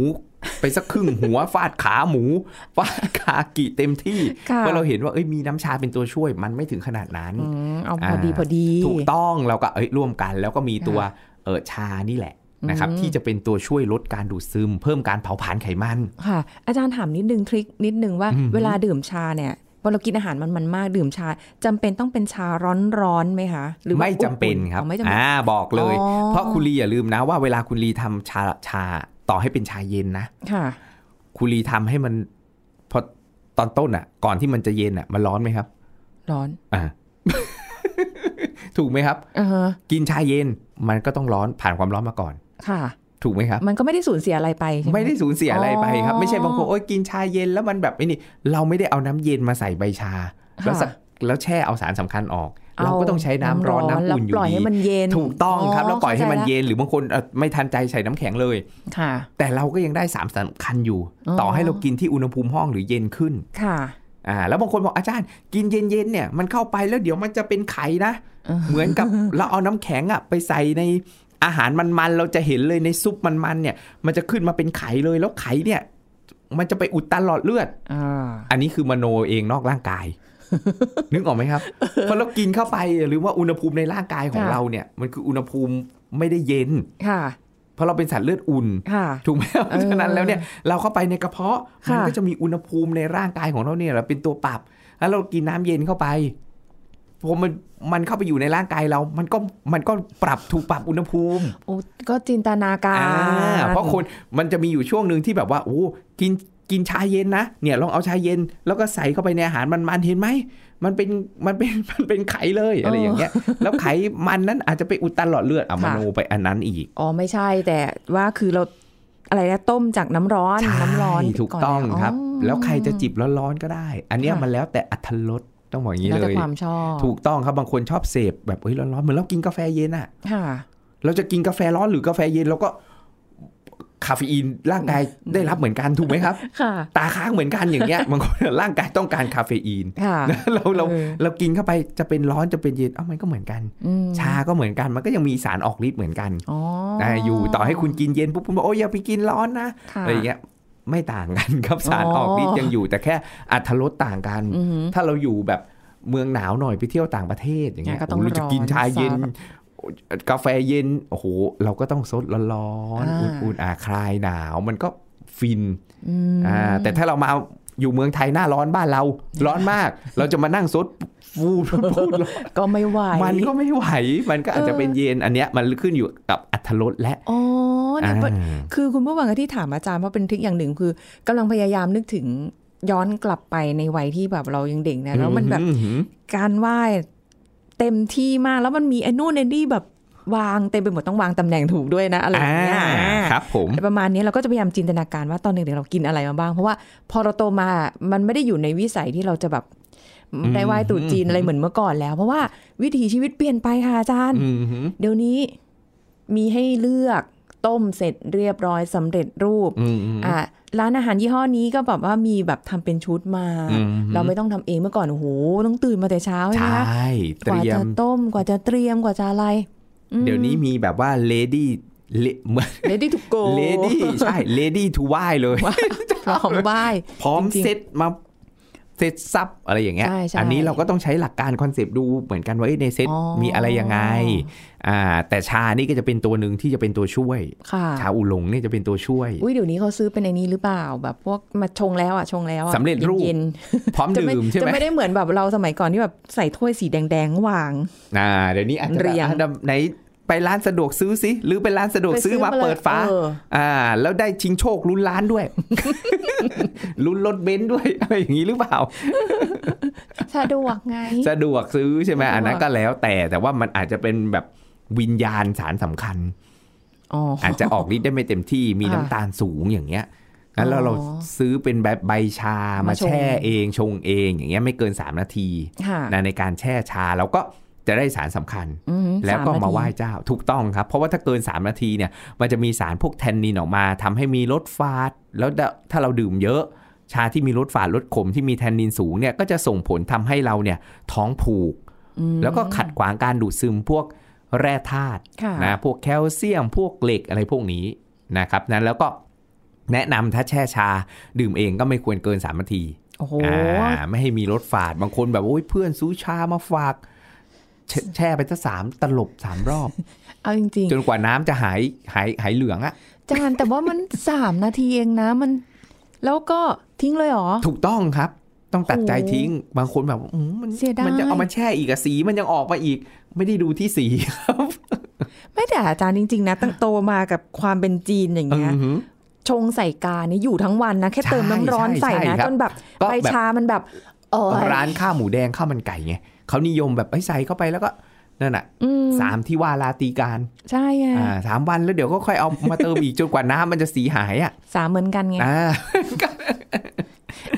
Speaker 2: ไปสักครึ่ง หัวฟาดขาหมู ฟาดขากี่เต็มที่
Speaker 3: ค่ะ
Speaker 2: เพราะเราเห็นว่าเอ้ยมีน้ำชาเป็นตัวช่วย มันไม่ถึงขนาดนั้น
Speaker 3: อืมเอาพอดีพอดี
Speaker 2: ถูกต้องเราก็เอ้ยร่วมกัน แล้วก็มีตัวเออชานี่แหละนะครับ
Speaker 3: อืม
Speaker 2: ที่จะเป็นตัวช่วยลดการดูดซึม เพิ่มการเผาผลาญไขมัน
Speaker 3: ค่ะ อาจารย์ถามนิดนึงทริคนิดนึงว่า
Speaker 2: อืม
Speaker 3: เวลาดื่มชาเนี่ยพอเรากินอาหารมันมันๆมากดื่มชาจำเป็นต้องเป็นชาร้อนๆไหมคะหรือว่า
Speaker 2: ไม่จำเป็น
Speaker 3: อุ่ๆ
Speaker 2: ครับ
Speaker 3: อ๋อไม่จำเป็น
Speaker 2: อ่าบอกเลย
Speaker 3: อ๋อ
Speaker 2: เพราะคุณลีอย่าลืมนะว่าเวลาคุณลีทำชาชาต่อให้เป็นชาเย็นนะ
Speaker 3: ค่ะ
Speaker 2: คุรีทำให้มันพอตอนต้นอ่ะ ก่อนที่มันจะเย็นอ่ะ มันร้อนไหมครับ
Speaker 3: ร้อน
Speaker 2: อ่า ถูกไหมครับ
Speaker 3: อ่าฮะ
Speaker 2: กินชาเย็นมันก็ต้องร้อนผ่านความร้อนมาก่อน
Speaker 3: ค่ะ
Speaker 2: ถูกไหมครับ
Speaker 3: มันก็ไม่ได้สูญเสียอะไรไปใช่ห
Speaker 2: ไม่ได้สูญเสียอะไรไปครับ
Speaker 3: อ๋อ
Speaker 2: ไม่ใช่บางคนโอ้ยกินชาเย็นแล้วมันแบบไอ้นี่เราไม่ได้เอาน้ำเย็นมาใส่ใบชา แล้วสักแล้วแช่เอาสารสำคัญออก เราก็ต้องใช้น้ำร้อนน้ำอุ่นอ
Speaker 3: แล้วป
Speaker 2: ยู่
Speaker 3: ล่อยให้
Speaker 2: ดี
Speaker 3: มันเย็น
Speaker 2: ถูกต้องครับ แล้วปล่อยให้มัน
Speaker 3: ข้าใจะ
Speaker 2: เย็นหรือบางคนเอ่อไม่ทันใจใส่น้ำแข็งเลย
Speaker 3: ค่ะ
Speaker 2: แต่เราก็ยังได้สารสำคัญอยู่
Speaker 3: อ๋อ
Speaker 2: ต่อให้เรากินที่อุณหภูมิห้องหรือเย็นขึ้น
Speaker 3: ค่ะ
Speaker 2: อ่าแล้วบางคนบอกอาจารย์กินเย็นๆเนี่ยมันเข้าไปแล้วเดี๋ยวมันจะเป็นไข่นะ
Speaker 3: เออ
Speaker 2: เหมือนกับ เราเอาน้ำแข็งอะไปใส่ในอาหารมันๆเราจะเห็นเลยในซุปมันๆเนี่ย มันจะขึ้นมาเป็นไข่เลยแล้วไข่เนี่ย มันจะไปอุดตันหลอดเลือด
Speaker 3: อ่า
Speaker 2: อันนี้คือมโนเองนอกร่าง กาย นึกออกไหมครับเพราะเรากินเข้าไปหรือว่าอุณหภูมิในร่างกายของเราเนี่ย มันคืออุณหภูมิไม่ได้เย็น
Speaker 3: ค่ะ
Speaker 2: เพราะเราเป็นสัตว์เลือดอุ่น
Speaker 3: ค่ะ
Speaker 2: ถูกไหมครับ
Speaker 3: เออ
Speaker 2: ฉะนั้นแล้วเนี่ยเราเข้าไปในกระเพาะ
Speaker 3: ค่ะ
Speaker 2: มันก็จะมีอุณหภูมิในร่างกายของเราเนี่ยแหละเป็นตัวปรับ แล้วเรากินน้ำเย็นเข้าไปพอมันมันเข้าไปอยู่ในร่างกายเรา มันก็มันก็ปรับถูกปรับอุณหภูมิ
Speaker 3: โอ้ก็จินตนาการ
Speaker 2: อ่าเพราะคนมันจะมีอยู่ช่วงหนึ่งที่แบบว่าโอ้กินกินชาเย็นนะเนี่ยลองเอาชาเย็น แล้วก็ใส่เข้าไปในอาหารมันมันๆเห็นไหมมันเป็นมันเป็นมันเป็นไขเลยอะไรอย่างเงี้ย แล้วไขมันนั้นอาจจะไปอุดตันหลอดเลือดอ่ะมโนไปอันนั้นอีก
Speaker 3: อ๋อไม่ใช่แต่ว่าคือเราอะไรนะต้มจากน้ำร้อน
Speaker 2: ใช่
Speaker 3: น้ำร้อน
Speaker 2: ถูกต้อง
Speaker 3: นนะ
Speaker 2: ครับ
Speaker 3: อ๋อ
Speaker 2: แล้วใครจะจิบร้อนๆก็ได้ อันเนี้ย
Speaker 3: ค่ะ
Speaker 2: มันแล้วแต่อัธรสต้องบอกอย่างนี้
Speaker 3: แล้ว
Speaker 2: เล
Speaker 3: แต่
Speaker 2: ย
Speaker 3: ความชอบ
Speaker 2: ถูกต้องครับบางคนชอบเสพแบบเฮ้ยร้อนๆเหมือนเรากินกาแฟเย็นอะ
Speaker 3: ค่ะ
Speaker 2: เราจะกินกาแฟร้อนหรือกาแฟเย็นเราก็คาเฟอีนร่างกายได้รับเหมือนกันถูกไหม ครับ
Speaker 3: ค่ะ
Speaker 2: ตาค้างเหมือนกันอย่างเงี้ยบางคน ร่างกายต้องการคาเฟอีน
Speaker 3: ค่ะ
Speaker 2: นะเราเรา
Speaker 3: เออ
Speaker 2: เรากินเข้าไปจะเป็นร้อนจะเป็นเย็นเอ้ามันก็เหมือนกัน
Speaker 3: อืม
Speaker 2: ชาก็เหมือนกันมันก็ยังมีสารออกฤทธิ์เหมือนกัน
Speaker 3: อ๋อ
Speaker 2: นะอยู่ต่อให้คุณกินเย็นปุ๊บคุณบอกโอ้ยอย่าไปกินร้อนนะ
Speaker 3: ค่ะ
Speaker 2: อะไรอย่างเงี้ยไม่ต่างกันครับสาร
Speaker 3: อ๋
Speaker 2: อ
Speaker 3: อ
Speaker 2: อกฤทธิ์ยังอยู่แต่แค่อัตรสต่างกัน
Speaker 3: อือหือ
Speaker 2: ถ้าเราอยู่แบบเมืองหนาวหน่อยไปเที่ยวต่างประเทศอย่างเงี้ย
Speaker 3: ก็ต้อง
Speaker 2: โโหเราจะกิน
Speaker 3: ร้อน
Speaker 2: ชาเย็น
Speaker 3: ซะแบบ
Speaker 2: กาแฟเย็นโอ้โหเราก็ต้องซดร้อนๆ
Speaker 3: อ่า
Speaker 2: อุ่นๆอ่าคลายหนาวมันก็ฟิน
Speaker 3: อืม
Speaker 2: อ่าแต่ถ้าเรามาอยู่เมืองไทยหน้าร้อนบ้านเรา ร้อนมาก เราจะมานั่งซด ฟูพูดร้อน
Speaker 3: ก็ ไม่ไหว
Speaker 2: มันก็ไม่ไหว มันก็อาจจะเป็นเย็นอันเนี้ยมันขึ้นอยู่กับอัตรสและ
Speaker 3: อ๋อเนี่ยเป็น
Speaker 2: อ่า
Speaker 3: คือคุณผู้ฟังที่ถามอาจารย์เพราะเป็นทริคอย่างหนึ่งคือกำลังพยายามนึกถึงย้อนกลับไปในวัยที่แบบเรายังเด็กนะแล้วมันแบบ
Speaker 2: อื้อหือ
Speaker 3: การไหว้เต็มที่มากแล้วมันมีไอ้นู่นไอ้นี่แบบวางเต็มไปหมดต้องวางตำแหน่งถูกด้วยนะอะไรอย่างเงี้ย
Speaker 2: อ่าครับผม
Speaker 3: ประมาณนี้เราก็จะพยายามจินตนาการว่าตอนเด็กๆเรากินอะไรมาบ้าง เพราะว่าพอเราโตมามันไม่ได้อยู่ในวิสัยที่เราจะแบบ ได้ไหว้ตรุษจีนอะไรเหมือนเมื่อก่อนแล้ว เพราะว่าวิถีชีวิตเปลี่ยนไปค่ะอาจารย์
Speaker 2: อืมฮึ
Speaker 3: เดี๋ยวนี้มีให้เลือกต้มเสร็จเรียบร้อยสำเร็จรูป
Speaker 2: อืมฮึ
Speaker 3: อ่ะร้านอาหารยี่ห้อนี้ก็แบบว่ามีแบบทำเป็นชุดมา
Speaker 2: อืม
Speaker 3: เราไม่ต้องทำเองเมื่อก่อนโอ้โหต้องตื่นมาแต่เช้า
Speaker 2: ใช
Speaker 3: ใช่ไหมคะ
Speaker 2: ่ เต
Speaker 3: กว่า
Speaker 2: รีย
Speaker 3: จะ
Speaker 2: ม
Speaker 3: ต้มกว่าจะเตรียมกว่าจะอะไร
Speaker 2: เดี๋ยวนี้มีแบบว่า lady เลดี้เหมือน
Speaker 3: เลดี้ถูกโก
Speaker 2: lady ใช่ lady to ไหว้เลย
Speaker 3: พร้อม ไหว้
Speaker 2: พร้อม
Speaker 3: จริงๆ
Speaker 2: เซตมาเซตซับอะไรอย่างเงี้ย
Speaker 3: ใช่ใช่
Speaker 2: อันี้เราก็ต้องใช้หลักการคอนเซปต์ดูเหมือนกันว่าเอ้ยในเซต
Speaker 3: อ๋อ
Speaker 2: มีอะไรยังไงอ่าแต่ชานี่ก็จะเป็นตัวหนึ่งที่จะเป็นตัวช่วย
Speaker 3: ค่ะ
Speaker 2: ชาอูหลงเนี่ยจะเป็นตัวช่วย
Speaker 3: อุ้ยเดี๋ยวนี้เขาซื้อเป็นไอ้นี้หรือเปล่า แบบพวกมาชงแล้วอ่ะชงแล้วอ่ะ
Speaker 2: สำเร็จรูป
Speaker 3: เย็น
Speaker 2: พร้อม
Speaker 3: ๆจะไม่
Speaker 2: ดื่มใช่
Speaker 3: จะ
Speaker 2: ไหม
Speaker 3: ไม่ได้เหมือนแบบเราสมัยก่อนที่แบบใส่ถ้วยสีแดงๆวาง
Speaker 2: อ่าเดี๋ยวนี้อาจจะแบ
Speaker 3: เรี
Speaker 2: บ
Speaker 3: ยง
Speaker 2: อ่ะเดี๋ยวไหนไปร้านสะดวกซื้อสิหรือไปร้านสะดวกซื้อมาเปิดฝา
Speaker 3: ออ
Speaker 2: อ่า แล้วได้ชิงโชคลุ้นร้าน ด้วย ลุ้นรถเบนซ์ด้วย อะไรอย่างนี้หรือเปล่า
Speaker 3: สะดวกไง
Speaker 2: สะดวกซื้อใช่ไหม
Speaker 3: สะดวก
Speaker 2: อันนั้นก็แล้วแต่แต่ว่ามันอาจจะเป็นแบบวิญญาณสารสำคัญ
Speaker 3: อ๋อ
Speaker 2: อาจจะออกฤทธิ์ได้ไม่เต็มที่มี
Speaker 3: ค่ะ
Speaker 2: น้ำตาลสูงอย่างเงี้ยงั้น
Speaker 3: อ๋อ
Speaker 2: แล้วเราซื้อเป็นแบบใบชามา
Speaker 3: มาชง
Speaker 2: แช่เองชงเอง อย่างเงี้ยไม่เกิน 3 นาที
Speaker 3: ค่ะ
Speaker 2: นะในการแช่ชาเราก็จะได้สารสำคัญ
Speaker 3: อืม
Speaker 2: แล้วก็
Speaker 3: สน
Speaker 2: มา
Speaker 3: ที
Speaker 2: ไหว้เจ้าถูกต้องครับ เพราะว่าถ้าเกิน 3 นาทีเนี่ยมันจะมีสารพวกแทนนินออกมาทำให้มีรสฝาด แล้วถ้าเราดื่มเยอะ ชาที่มีรสฝาดรสขมที่มีแทนนินสูงเนี่ยก็จะส่งผลทำให้เราเนี่ยท้องผูก แล้วก็ขัดขวางการดูดซึมพวกแร่ธาตุ
Speaker 3: ค่ะ
Speaker 2: นะพวกแคลเซียมพวกเหล็กอะไรพวกนี้นะครับนั้นแล้วก็แนะนำถ้าแช่ชาดื่มเองก็ไม่ควรเกิน 3 นาที
Speaker 3: โอ้โห
Speaker 2: อ่าไม่ให้มีรถฝาดบางคนแบบโอ้ยเพื่อนซูชามาฝาก แชแช่ไปสักสามตลบสามรอบ
Speaker 3: เอาจริง
Speaker 2: จนกว่าน้ำจะหายหายหายเหลืองอะ
Speaker 3: ๆจานแต่ว่ามัน สามนาทีเองนะมัน แล้วก็ทิ้งเลยเหรอ
Speaker 2: ถูกต้องครับ ต้องตัดใจทิ้ง บางคนแบบอืมมัน
Speaker 3: เสียดาย
Speaker 2: มันจะเอามาแช่อีกอะสีมันยังออกมาอีก ไม่ได้ดูที่สีครับ
Speaker 3: ไม่แต่อาจารย์จริง ๆ นะ ตั้งโตมากับความเป็นจีนอย่างเงี้ย
Speaker 2: อือหือ
Speaker 3: ชงใส่กาเนี่ยอยู่ทั้งวันนะ แค่เติมน้ำร้อน
Speaker 2: ใช่
Speaker 3: ใส่
Speaker 2: ใช่
Speaker 3: นะ
Speaker 2: ครับ
Speaker 3: จนแบบ
Speaker 2: ก็
Speaker 3: ใบ
Speaker 2: แบบ
Speaker 3: ชามันแบบโอ้ย
Speaker 2: ร้านข้าวหมูแดงข้าวมันไก่ไงเขานิยมแบบไอ้ยใส่เข้าไปแล้วก็นั่นน่ะ
Speaker 3: อืม
Speaker 2: สามที่วาลาตีการ
Speaker 3: ใช่ไง
Speaker 2: อ่าสามวันแล้วเดี๋ยวก็ค่อยเอามาเติมอีกจนกว่าน้ำมันจะสีหายอะ
Speaker 3: สามเหมือนกันไง
Speaker 2: อ่า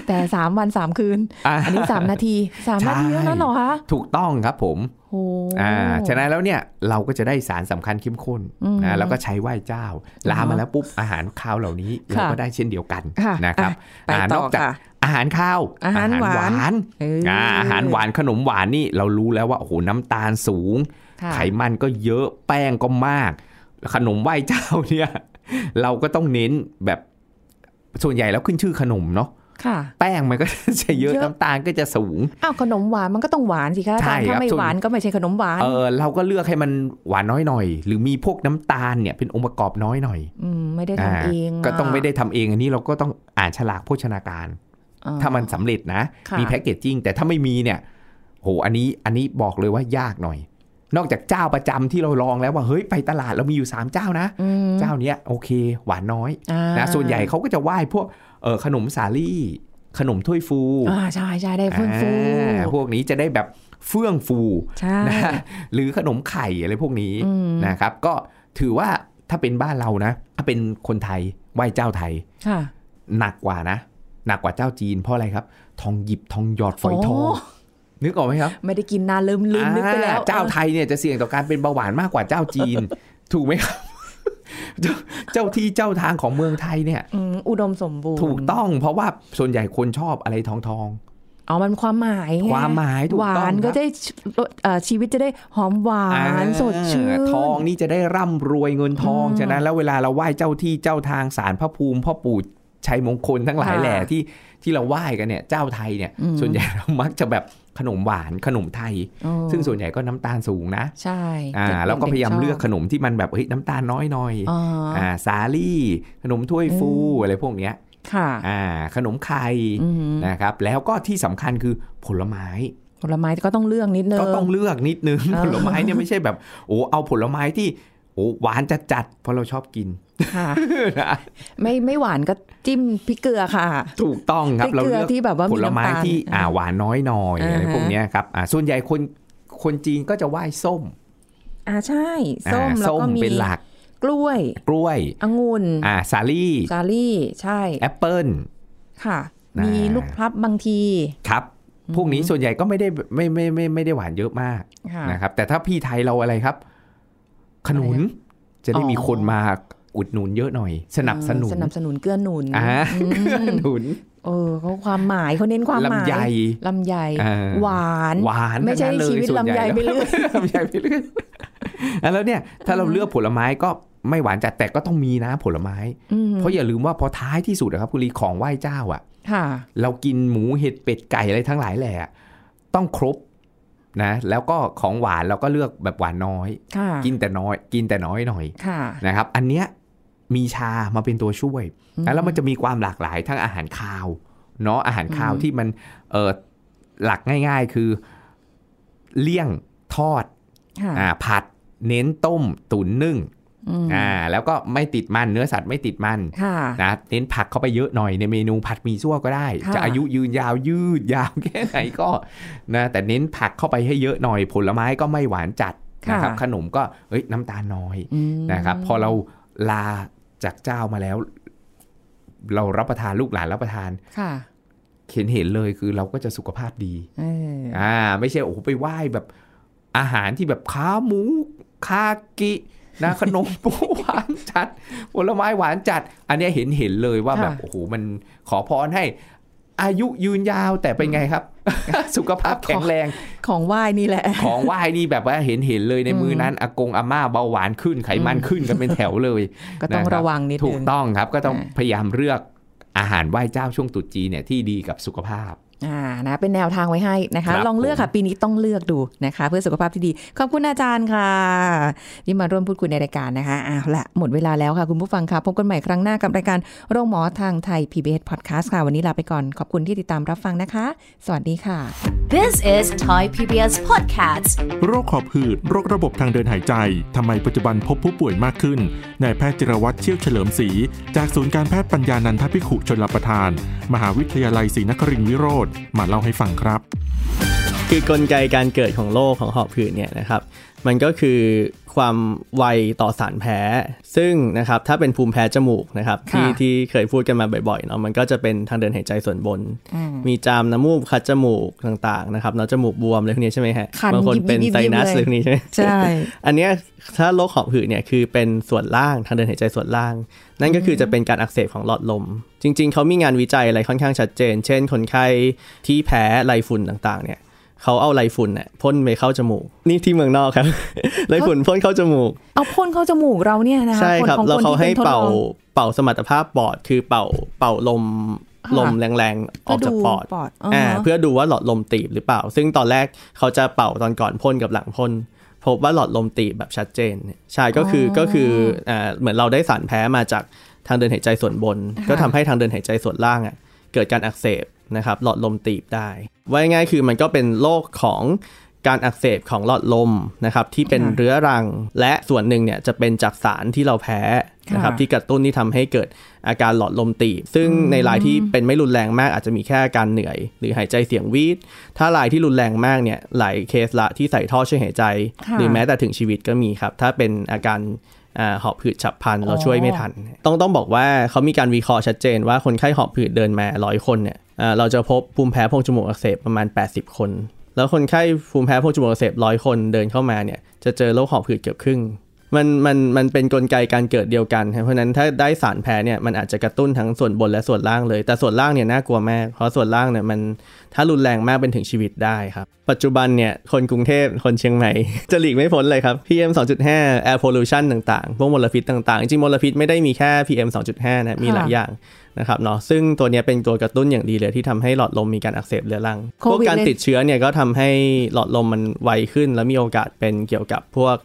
Speaker 3: แต่สามวันสามคืน
Speaker 2: อ่า
Speaker 3: อันนี้สามนาทีสาม
Speaker 2: ใช่
Speaker 3: นาทีเท่านั้นเหรอคะ
Speaker 2: ถูกต้องครับผม
Speaker 3: โอ้
Speaker 2: อ่า ฉะนั้นแล้วเนี่ยเราก็จะได้สารสำคัญเข้มข้นนะแล้วก็ใช้ไหว้เจ้า ลามาแล้วปุ๊บอาหารข้าวเหล่านี้เราก็ได้เช่นเดียวกัน
Speaker 3: ค่ะ
Speaker 2: นะครับ
Speaker 3: อ่ะ
Speaker 2: อ่าน
Speaker 3: ไปต่
Speaker 2: อ
Speaker 3: อก
Speaker 2: จาก
Speaker 3: ค่ะ
Speaker 2: อาหารข้าว
Speaker 3: อาหารหวาน
Speaker 2: น
Speaker 3: เอออ
Speaker 2: อ่าอาหารหวานขนมหวานนี่เรารู้แล้วว่าโอ้โหน้ำตาลสูง
Speaker 3: ค่ะ
Speaker 2: ไขมันก็เยอะแป้งก็มาก ขนมไหว้เจ้าเนี่ย เราก็ต้องเน้นแบบส่วนใหญ่แล้วขึ้นชื่อขนมเนาะ
Speaker 3: ค่ะ
Speaker 2: แป้งมันก็ จะเยอะ
Speaker 3: เยอะ
Speaker 2: น้ำตาลก็จะสูง
Speaker 3: อ้าวขนมหวานมันก็ต้องหวานสิคะอาจารย์
Speaker 2: ใช่ครั
Speaker 3: ถ้า
Speaker 2: บ
Speaker 3: ไม่
Speaker 2: ส่วน
Speaker 3: หวานก็ไม่ใช่ขนมหวาน
Speaker 2: เออเราก็เลือกให้มันหวานน้อยหน่อย หรือมีพวกน้ำตาลเนี่ยเป็นองค์ประกอบน้อยหน่อย
Speaker 3: อืมไม่ได้ทำเอง
Speaker 2: าก็ต้อง
Speaker 3: ะ
Speaker 2: ไม่ได้ทำเองอันนี้เราก็ต้องอ่านฉลากโภชนาการ
Speaker 3: อ่
Speaker 2: ถ้ามันสำเร็จนะ
Speaker 3: ค่ะ
Speaker 2: มีแพคเกจจิ้งแต่ถ้าไม่มีเนี่ยโหอันนี้อันนี้บอกเลยว่ายากหน่อย นอกจากเจ้าประจำที่เราลองแล้วว่าเฮ้ยไปตลาดเรามีอยู่สามเจ้านะ
Speaker 3: อืม
Speaker 2: เจ้าเนี้ยโอเค หวานน้อย
Speaker 3: อ่า
Speaker 2: นะส่วนใหญ่เขาก็จะไหว้พวกเออขนมสาลี่ ขนมถ้วยฟู
Speaker 3: อ่าใช่ใช่ได้เฟื่องฟู
Speaker 2: อ่าพวกนี้จะได้แบบเฟื่องฟู
Speaker 3: ใช่
Speaker 2: นะหรือขนมไข่อะไรพวกนี้
Speaker 3: อืม
Speaker 2: นะครับ ก็ถือว่าถ้าเป็นบ้านเรานะ ถ้าเป็นคนไทยไหว้เจ้าไทย
Speaker 3: ค่ะ
Speaker 2: หนักกว่านะ หนักกว่าเจ้าจีนเพราะอะไรครับ ทองหยิบทองหยอดฝอยทอง
Speaker 3: โอ้
Speaker 2: นึกออกไหมครับ
Speaker 3: ไม่ได้กินนานลืมลืมนึกไปแล้ว
Speaker 2: อ่าเจ้าไทยเนี่ยจะเสี่ยงต่อการเป็นเบาหวานมากกว่าเจ้าจีน ถูกไหมครับ เจ้าเจ้าที่เจ้าทางของเมืองไทยเนี่ย
Speaker 3: อืมอุดมสมบูรณ์
Speaker 2: ถูกต้องเพราะว่าส่วนใหญ่คนชอบอะไรทองทอง
Speaker 3: อ๋อมันความหมายไง
Speaker 2: ความหมายถูก
Speaker 3: ห
Speaker 2: ต้อง
Speaker 3: วาน
Speaker 2: ครั
Speaker 3: ก็
Speaker 2: บ
Speaker 3: ได้เอ่อชีวิตจะได้หอมหวาน สดชื่น
Speaker 2: อ่าทองนี่จะได้ร่ำรวยเงินทอง
Speaker 3: อืม
Speaker 2: ฉะนั้นแล้วเวลาเราไหว้เจ้าที่เจ้าทางสารพระภูมิพ่อปู่ชัยมงคลทั้งหลาย
Speaker 3: ค่ะ
Speaker 2: แหล่ที่ที่เราไหว้กันเนี่ย เจ้าไทยเนี่ย
Speaker 3: อืม
Speaker 2: ส่วนใหญ่เรามักจะแบบขนมหวานขนมไทย
Speaker 3: โอ้
Speaker 2: ซึ่งส่วนใหญ่ก็น้ำตาลสูงนะ
Speaker 3: ใช่
Speaker 2: อ่า
Speaker 3: จะ
Speaker 2: แล้วก็พยายามเลือก
Speaker 3: ช
Speaker 2: ขนมที่มันแบบเฮ้ยน้ำตาลน้อยหน่อย
Speaker 3: บอ๋ออ่า
Speaker 2: ่าสาลี่ ขนมถ้วยฟู
Speaker 3: อืม
Speaker 2: อะไรพวกเนี้ย
Speaker 3: ค่ะ
Speaker 2: อ่า ขนมไข่
Speaker 3: อืม
Speaker 2: นะครับ แล้วก็ที่สำคัญคือผลไม้
Speaker 3: ผลไม้ก็ต้องเลือกนิดนึง
Speaker 2: ก็ต้องเลือกนิดนึง
Speaker 3: เออ
Speaker 2: ผลไม้เนี่ยไม่ใช่แบบโอ้เอาผลไม้ที่โอ้หวานจัดจัดๆเพราะเราชอบกิน
Speaker 3: ค่ะ ไม่ไม่หวานก็จิ้มพริกเกลือค่ะ
Speaker 2: ถูกต้องครับ
Speaker 3: พริกเกลือที่แบบว่ามี
Speaker 2: ผลไม้
Speaker 3: น้ำตาล
Speaker 2: ที่อ่าหวานน้อยหน่อย
Speaker 3: อ่าฮะ
Speaker 2: อะไรพวกเนี้ยครับอ่าส่วนใหญ่คนคนจีนก็จะไหว้ส้ม
Speaker 3: อ่าใช่
Speaker 2: อ่า
Speaker 3: ส้มแล้วก็มี
Speaker 2: เป็นหลัก
Speaker 3: กล้วย
Speaker 2: กล้วย
Speaker 3: องุ่น
Speaker 2: อ่าสาลี่
Speaker 3: ซาลี่ใช่
Speaker 2: แอปเปิล
Speaker 3: ค่ะ
Speaker 2: นะ
Speaker 3: มีลูกพลับบางที
Speaker 2: ครับ พวกนี้ส่วนใหญ่ก็ไม่ได้ไม่ไม่ไม่ไม่ได้หวานเยอะมาก
Speaker 3: ค่ะ
Speaker 2: นะครับแต่ถ้าพี่ไทยเราอะไรครับ ขนุนจะได้มีคนมาอุดหนุนเยอะหน่อย สนับสนุน
Speaker 3: เออสนับสนุนเกื้อหนุน
Speaker 2: อ่า
Speaker 3: อืม
Speaker 2: ขนุน
Speaker 3: เออเขาความหมายเขาเน้นความหมาย
Speaker 2: ลำไย
Speaker 3: ลำไย
Speaker 2: เออ
Speaker 3: หวาน
Speaker 2: หวาน
Speaker 3: ไม่ใช่
Speaker 2: ทั้งนั้น
Speaker 3: ชีวิต
Speaker 2: ส่นใหญ่
Speaker 3: ลำไยไปเรื่อย
Speaker 2: ลำไยไปเรื่อย อ่ะแล้วเนี่ยถ้าเราเลือกผลไม้ก็ไม่หวานจัดแต่ก็ต้องมีนะผลไม้
Speaker 3: อืม
Speaker 2: เพราะอย่าลืมว่าพอท้ายที่สุดนะครับคุณลีของไหว้เจ้าอ่ะ
Speaker 3: ค่ะ
Speaker 2: เรากินหมูเห็ดเป็ดไก่อะไรทั้งหลายแหละต้องครบนะแล้วก็ของหวานเราก็เลือกแบบหวานน้อย
Speaker 3: ค่ะ
Speaker 2: กินแต่น้อย กินแต่น้อยหน่อย
Speaker 3: ค่ะ
Speaker 2: นะครับอันเนี้ยมีชามาเป็นตัวช่วย
Speaker 3: อื
Speaker 2: แล้วมันจะมีความหลากหลายทั้งอาหารคาวเนาะอาหารคาว
Speaker 3: อืม
Speaker 2: ที่มันเออหลักง่ายๆคือเลี่ยงทอด
Speaker 3: ค่ะ
Speaker 2: อ่าผัด เน้นต้มตุ๋นนึ่ง
Speaker 3: อืม
Speaker 2: อ่าแล้วก็ไม่ติดมันเนื้อสัตว์ไม่ติดมัน
Speaker 3: ค่ะ
Speaker 2: นะเน้นผักเข้าไปเยอะหน่อยในเมนูผัดหมีซั่วก็ได้
Speaker 3: ค่ะ
Speaker 2: จะอายุยืนยาวยืดยาวแค่ไหนก็นะแต่เน้นผักเข้าไปให้เยอะหน่อย ผลไม้ก็ไม่หวานจัดนะครับขนมก็เอ้ยน้ำตาลน้อย
Speaker 3: อืม
Speaker 2: นะครับพอเราลาจากเจ้ามาแล้ว เรารับประทานลูกหลานรับประทาน
Speaker 3: ค่ะ
Speaker 2: เห็นเห็นเลยคือเราก็จะสุขภาพดี
Speaker 3: เออ
Speaker 2: อ่าไม่ใช่โอ้โหไปไหว้แบบอาหารที่แบบขาหมูคากินะขนม ปูหวานจัด ผลไม้หวานจัด อันเนี้ยเห็นเห็นเลยว่าแบบโอ้โหมันขอพรให้ อายุยืนยาวแต่เป็นไงครับ สุขภาพแข็งแรง
Speaker 3: ของไหว้นี่แหละ
Speaker 2: ของไหว้นี่แบบว่าเห็นเห็นเลยในมือนั้นอากงอาม่าเบาหวานขึ้นไขมันขึ้นกันเป็นแถวเลย
Speaker 3: ก็ต้อง
Speaker 2: นะครับ
Speaker 3: ระวังนิด
Speaker 2: ถู
Speaker 3: นึ
Speaker 2: ก
Speaker 3: ง
Speaker 2: ต้องครับก็ต้อง
Speaker 3: อ่า
Speaker 2: พยายามเลือกอาหารไหว้เจ้าช่วงตรุษจีนเนี่ยที่ดีกับสุขภาพ
Speaker 3: อ่านะเป็นแนวทางไว้ให้นะ
Speaker 2: ครั
Speaker 3: คะ
Speaker 2: บ
Speaker 3: ลองเลือกค่ะปีนี้ต้องเลือกดูนะคะ เพื่อสุขภาพที่ดี ขอบคุณอาจารย์ค่ะที่มาร่วมพูดคุยในรายการนะคะอ้าวละหมดเวลาแล้วค่ะคุณผู้ฟังค่ะพบกันใหม่ครั้งหน้ากับรายการโรงหมอทางไทย PBS Podcast ค่ะ วันนี้ลาไปก่อนขอบคุณที่ติดตามรับฟังนะคะ สวัสดีค่ะ
Speaker 1: This is Thai PBS Podcasts.
Speaker 4: โรคขอบหืดโรคระบบทางเดินหายใจ ทำไมปัจจุบันพบผู้ป่วยมากขึ้นนายแพทย์จิรวัตรเชี่ยวเฉลิมศรีจากศูนย์การแพทย์ปัญญานันทพิขุชนลประทาน มหาวิทยาลัยศรีนครินทร์วิโรธมาเล่าให้ฟังครับ
Speaker 5: คือกลไกการเกิดของโรคของหอบหืดเนี่ยนะครับ มันก็คือความไวต่อสารแพ้ ซึ่งนะครับถ้าเป็นภูมิแพ้จมูกนะครับที่
Speaker 3: ค่ะ
Speaker 5: ที่เคยพูดกันมาบ่อยๆเนาะมันก็จะเป็นทางเดินหายใจส่วนบน มีจามน้ำมูกคัดจมูกต่างๆนะครับเนาะจมูกบวมอะไรพวกนี้ใช่ไหมฮะ
Speaker 3: คัน
Speaker 5: บางคน
Speaker 3: ยิบๆ
Speaker 5: เป็น
Speaker 3: ยิบๆ
Speaker 5: ไซนัส
Speaker 3: เลย
Speaker 5: อะไรพวกนี้ใช่ไหม
Speaker 3: ใช่
Speaker 5: อันเนี้ยถ้าโรคหอบหืดเนี่ยคือเป็นส่วนล่างทางเดินหายใจส่วนล่าง นั่นก็คือจะเป็นการอักเสบของหลอดลม จริง ๆ เขามีงานวิจัยอะไรค่อนข้างชัดเจน เช่น คนไข้ที่แพ้ไรฝุ่นต่างๆ เนี่ยเขาเอาไรฝุ่นเนี่ยพ่นไปเข้าจมูก นี่ที่เมืองนอกครับ ไรฝุ่นพ่นเข้าจมูก
Speaker 3: เอาพ่นเข้าจมูกเราเนี่ยนะคะ
Speaker 5: ใช่ครับ
Speaker 3: นของ
Speaker 5: แล้วเขา
Speaker 3: นที่
Speaker 5: ให้
Speaker 3: นทดล
Speaker 5: เป่า
Speaker 3: อง
Speaker 5: เป่าสมรรถภาพปอด คือเป่าเป่าลม
Speaker 3: ค่ะ
Speaker 5: ลมแรงๆออกจากปอด
Speaker 3: เพื่อดูปอดอ่าฮะ
Speaker 5: เพื่อดูว่าหลอดลมตีบหรือเปล่า ซึ่งตอนแรกเขาจะเป่าตอนก่อนพ่นกับหลังพ่นพบว่าหลอดลมตีบแบบชัดเจนใช่ก็คืออก็คืออ่าเหมือนเราได้สารแพ้มาจากทางเดินหายใจส่วนบน ก็ทำให้ทางเดินหายใจส่วนล่างอ่ะเกิดการอักเสบนะครับหลอดลมตีบได้ว่าง่ายๆคือมันก็เป็นโรคของการอักเสบของหลอดลมนะครับที่เป็นเรื้อรังและส่วนหนึ่งเนี่ยจะเป็นจากสารที่เราแพ้นะครับ
Speaker 3: ค่ะ
Speaker 5: ที่กระตุ้นที่ทำให้เกิดอาการหลอดลมตีบ ซึ่งในรายที่เป็นไม่รุนแรงมากอาจจะมีแค่อาการเหนื่อย หรือหายใจเสียงวีดถ้ารายที่รุนแรงมากเนี่ยหลายเคสละที่ใส่ท่อช่วยหายใจ
Speaker 3: ค่ะ
Speaker 5: หรือแม้แต่ถึงชีวิตก็มีครับ ถ้าเป็นอาการอ่าหอบหืดฉับพลันเราช่วยไม่ทัน ต้องต้องบอกว่าเขามีการวิเคราะห์ชัดเจนว่าคนไข้หอบหืดเดินมาร้อยคนเนี่ยอ่าเราจะพบภูมิแพ้โพรงจมูกอักเสบประมาณ 80 คน แล้วคนไข้ภูมิแพ้โพรงจมูกอักเสบร้อยคนเดินเข้ามาเนี่ยจะเจอโรคหอบหืดเกือบครึ่ง มันมันมันเป็นกลไกการเกิดเดียวกันครับเพราะฉะนั้นถ้าได้สารแพ้เนี่ยมันอาจจะกระตุ้นทั้งส่วนบนและส่วนล่างเลย แต่ส่วนล่างเนี่ยน่ากลัวมาก เพราะส่วนล่างเนี่ยมันถ้ารุนแรงมากเป็นถึงชีวิตได้ครับ ปัจจุบันเนี่ยคนกรุงเทพคนเชียงใหม่ จะหลีกไม่พ้นเลยครับ PM 2.5 air pollution ต่างๆ พวกมลพิษต่างๆ จริงๆมลพิษไม่ได้มีแค่ PM 2.5นะมีหลาย
Speaker 3: ค่ะ
Speaker 5: อย่างนะครับเนาะซึ่งตัวเนี้ยเป็นตัวกระตุ้นอย่างดีเลยที่ทำให้หลอดลมมีการอักเสบเรื้อรัง
Speaker 3: โค
Speaker 5: พวก
Speaker 3: วิด
Speaker 5: การ
Speaker 3: เลย
Speaker 5: ติดเชื้อเนี่ยก็ทำให้หลอดลมมันไวขึ้น และมีโอกาสเป็นเกี่ยวกับพวก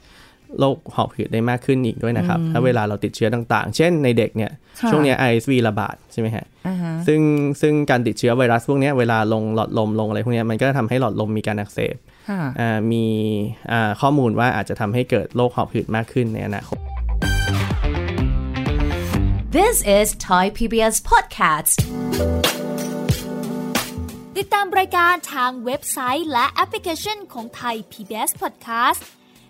Speaker 5: โรคหอบหืดได้มากขึ้นอีกด้วยนะครับ ถ้าเวลาเราติดเชื้อต่างๆ เช่นในเด็กเนี่ย
Speaker 3: ค่ะ
Speaker 5: ช่วงเนี้ย ISV ระบาดใช่ไหมฮะ
Speaker 3: อ่าฮะ
Speaker 5: ซึ่งซึ่งการติดเชื้อไวรัสพวกเนี้ยเวลาลงหลอดลมลงอะไรพวกเนี้ยมันก็ทำให้หลอดลมมีการอักเสบ
Speaker 3: ค่ะ
Speaker 5: อ่ามีอ่าข้อมูลว่าอาจจะทำให้เกิดโรคหอบหืดมากขึ้นในอนาคต
Speaker 1: This is Thai PBS Podcasts.
Speaker 6: ติดตามรายการทางเว็บไซต์และแอปพลิเคชันของไทย PBS Podcast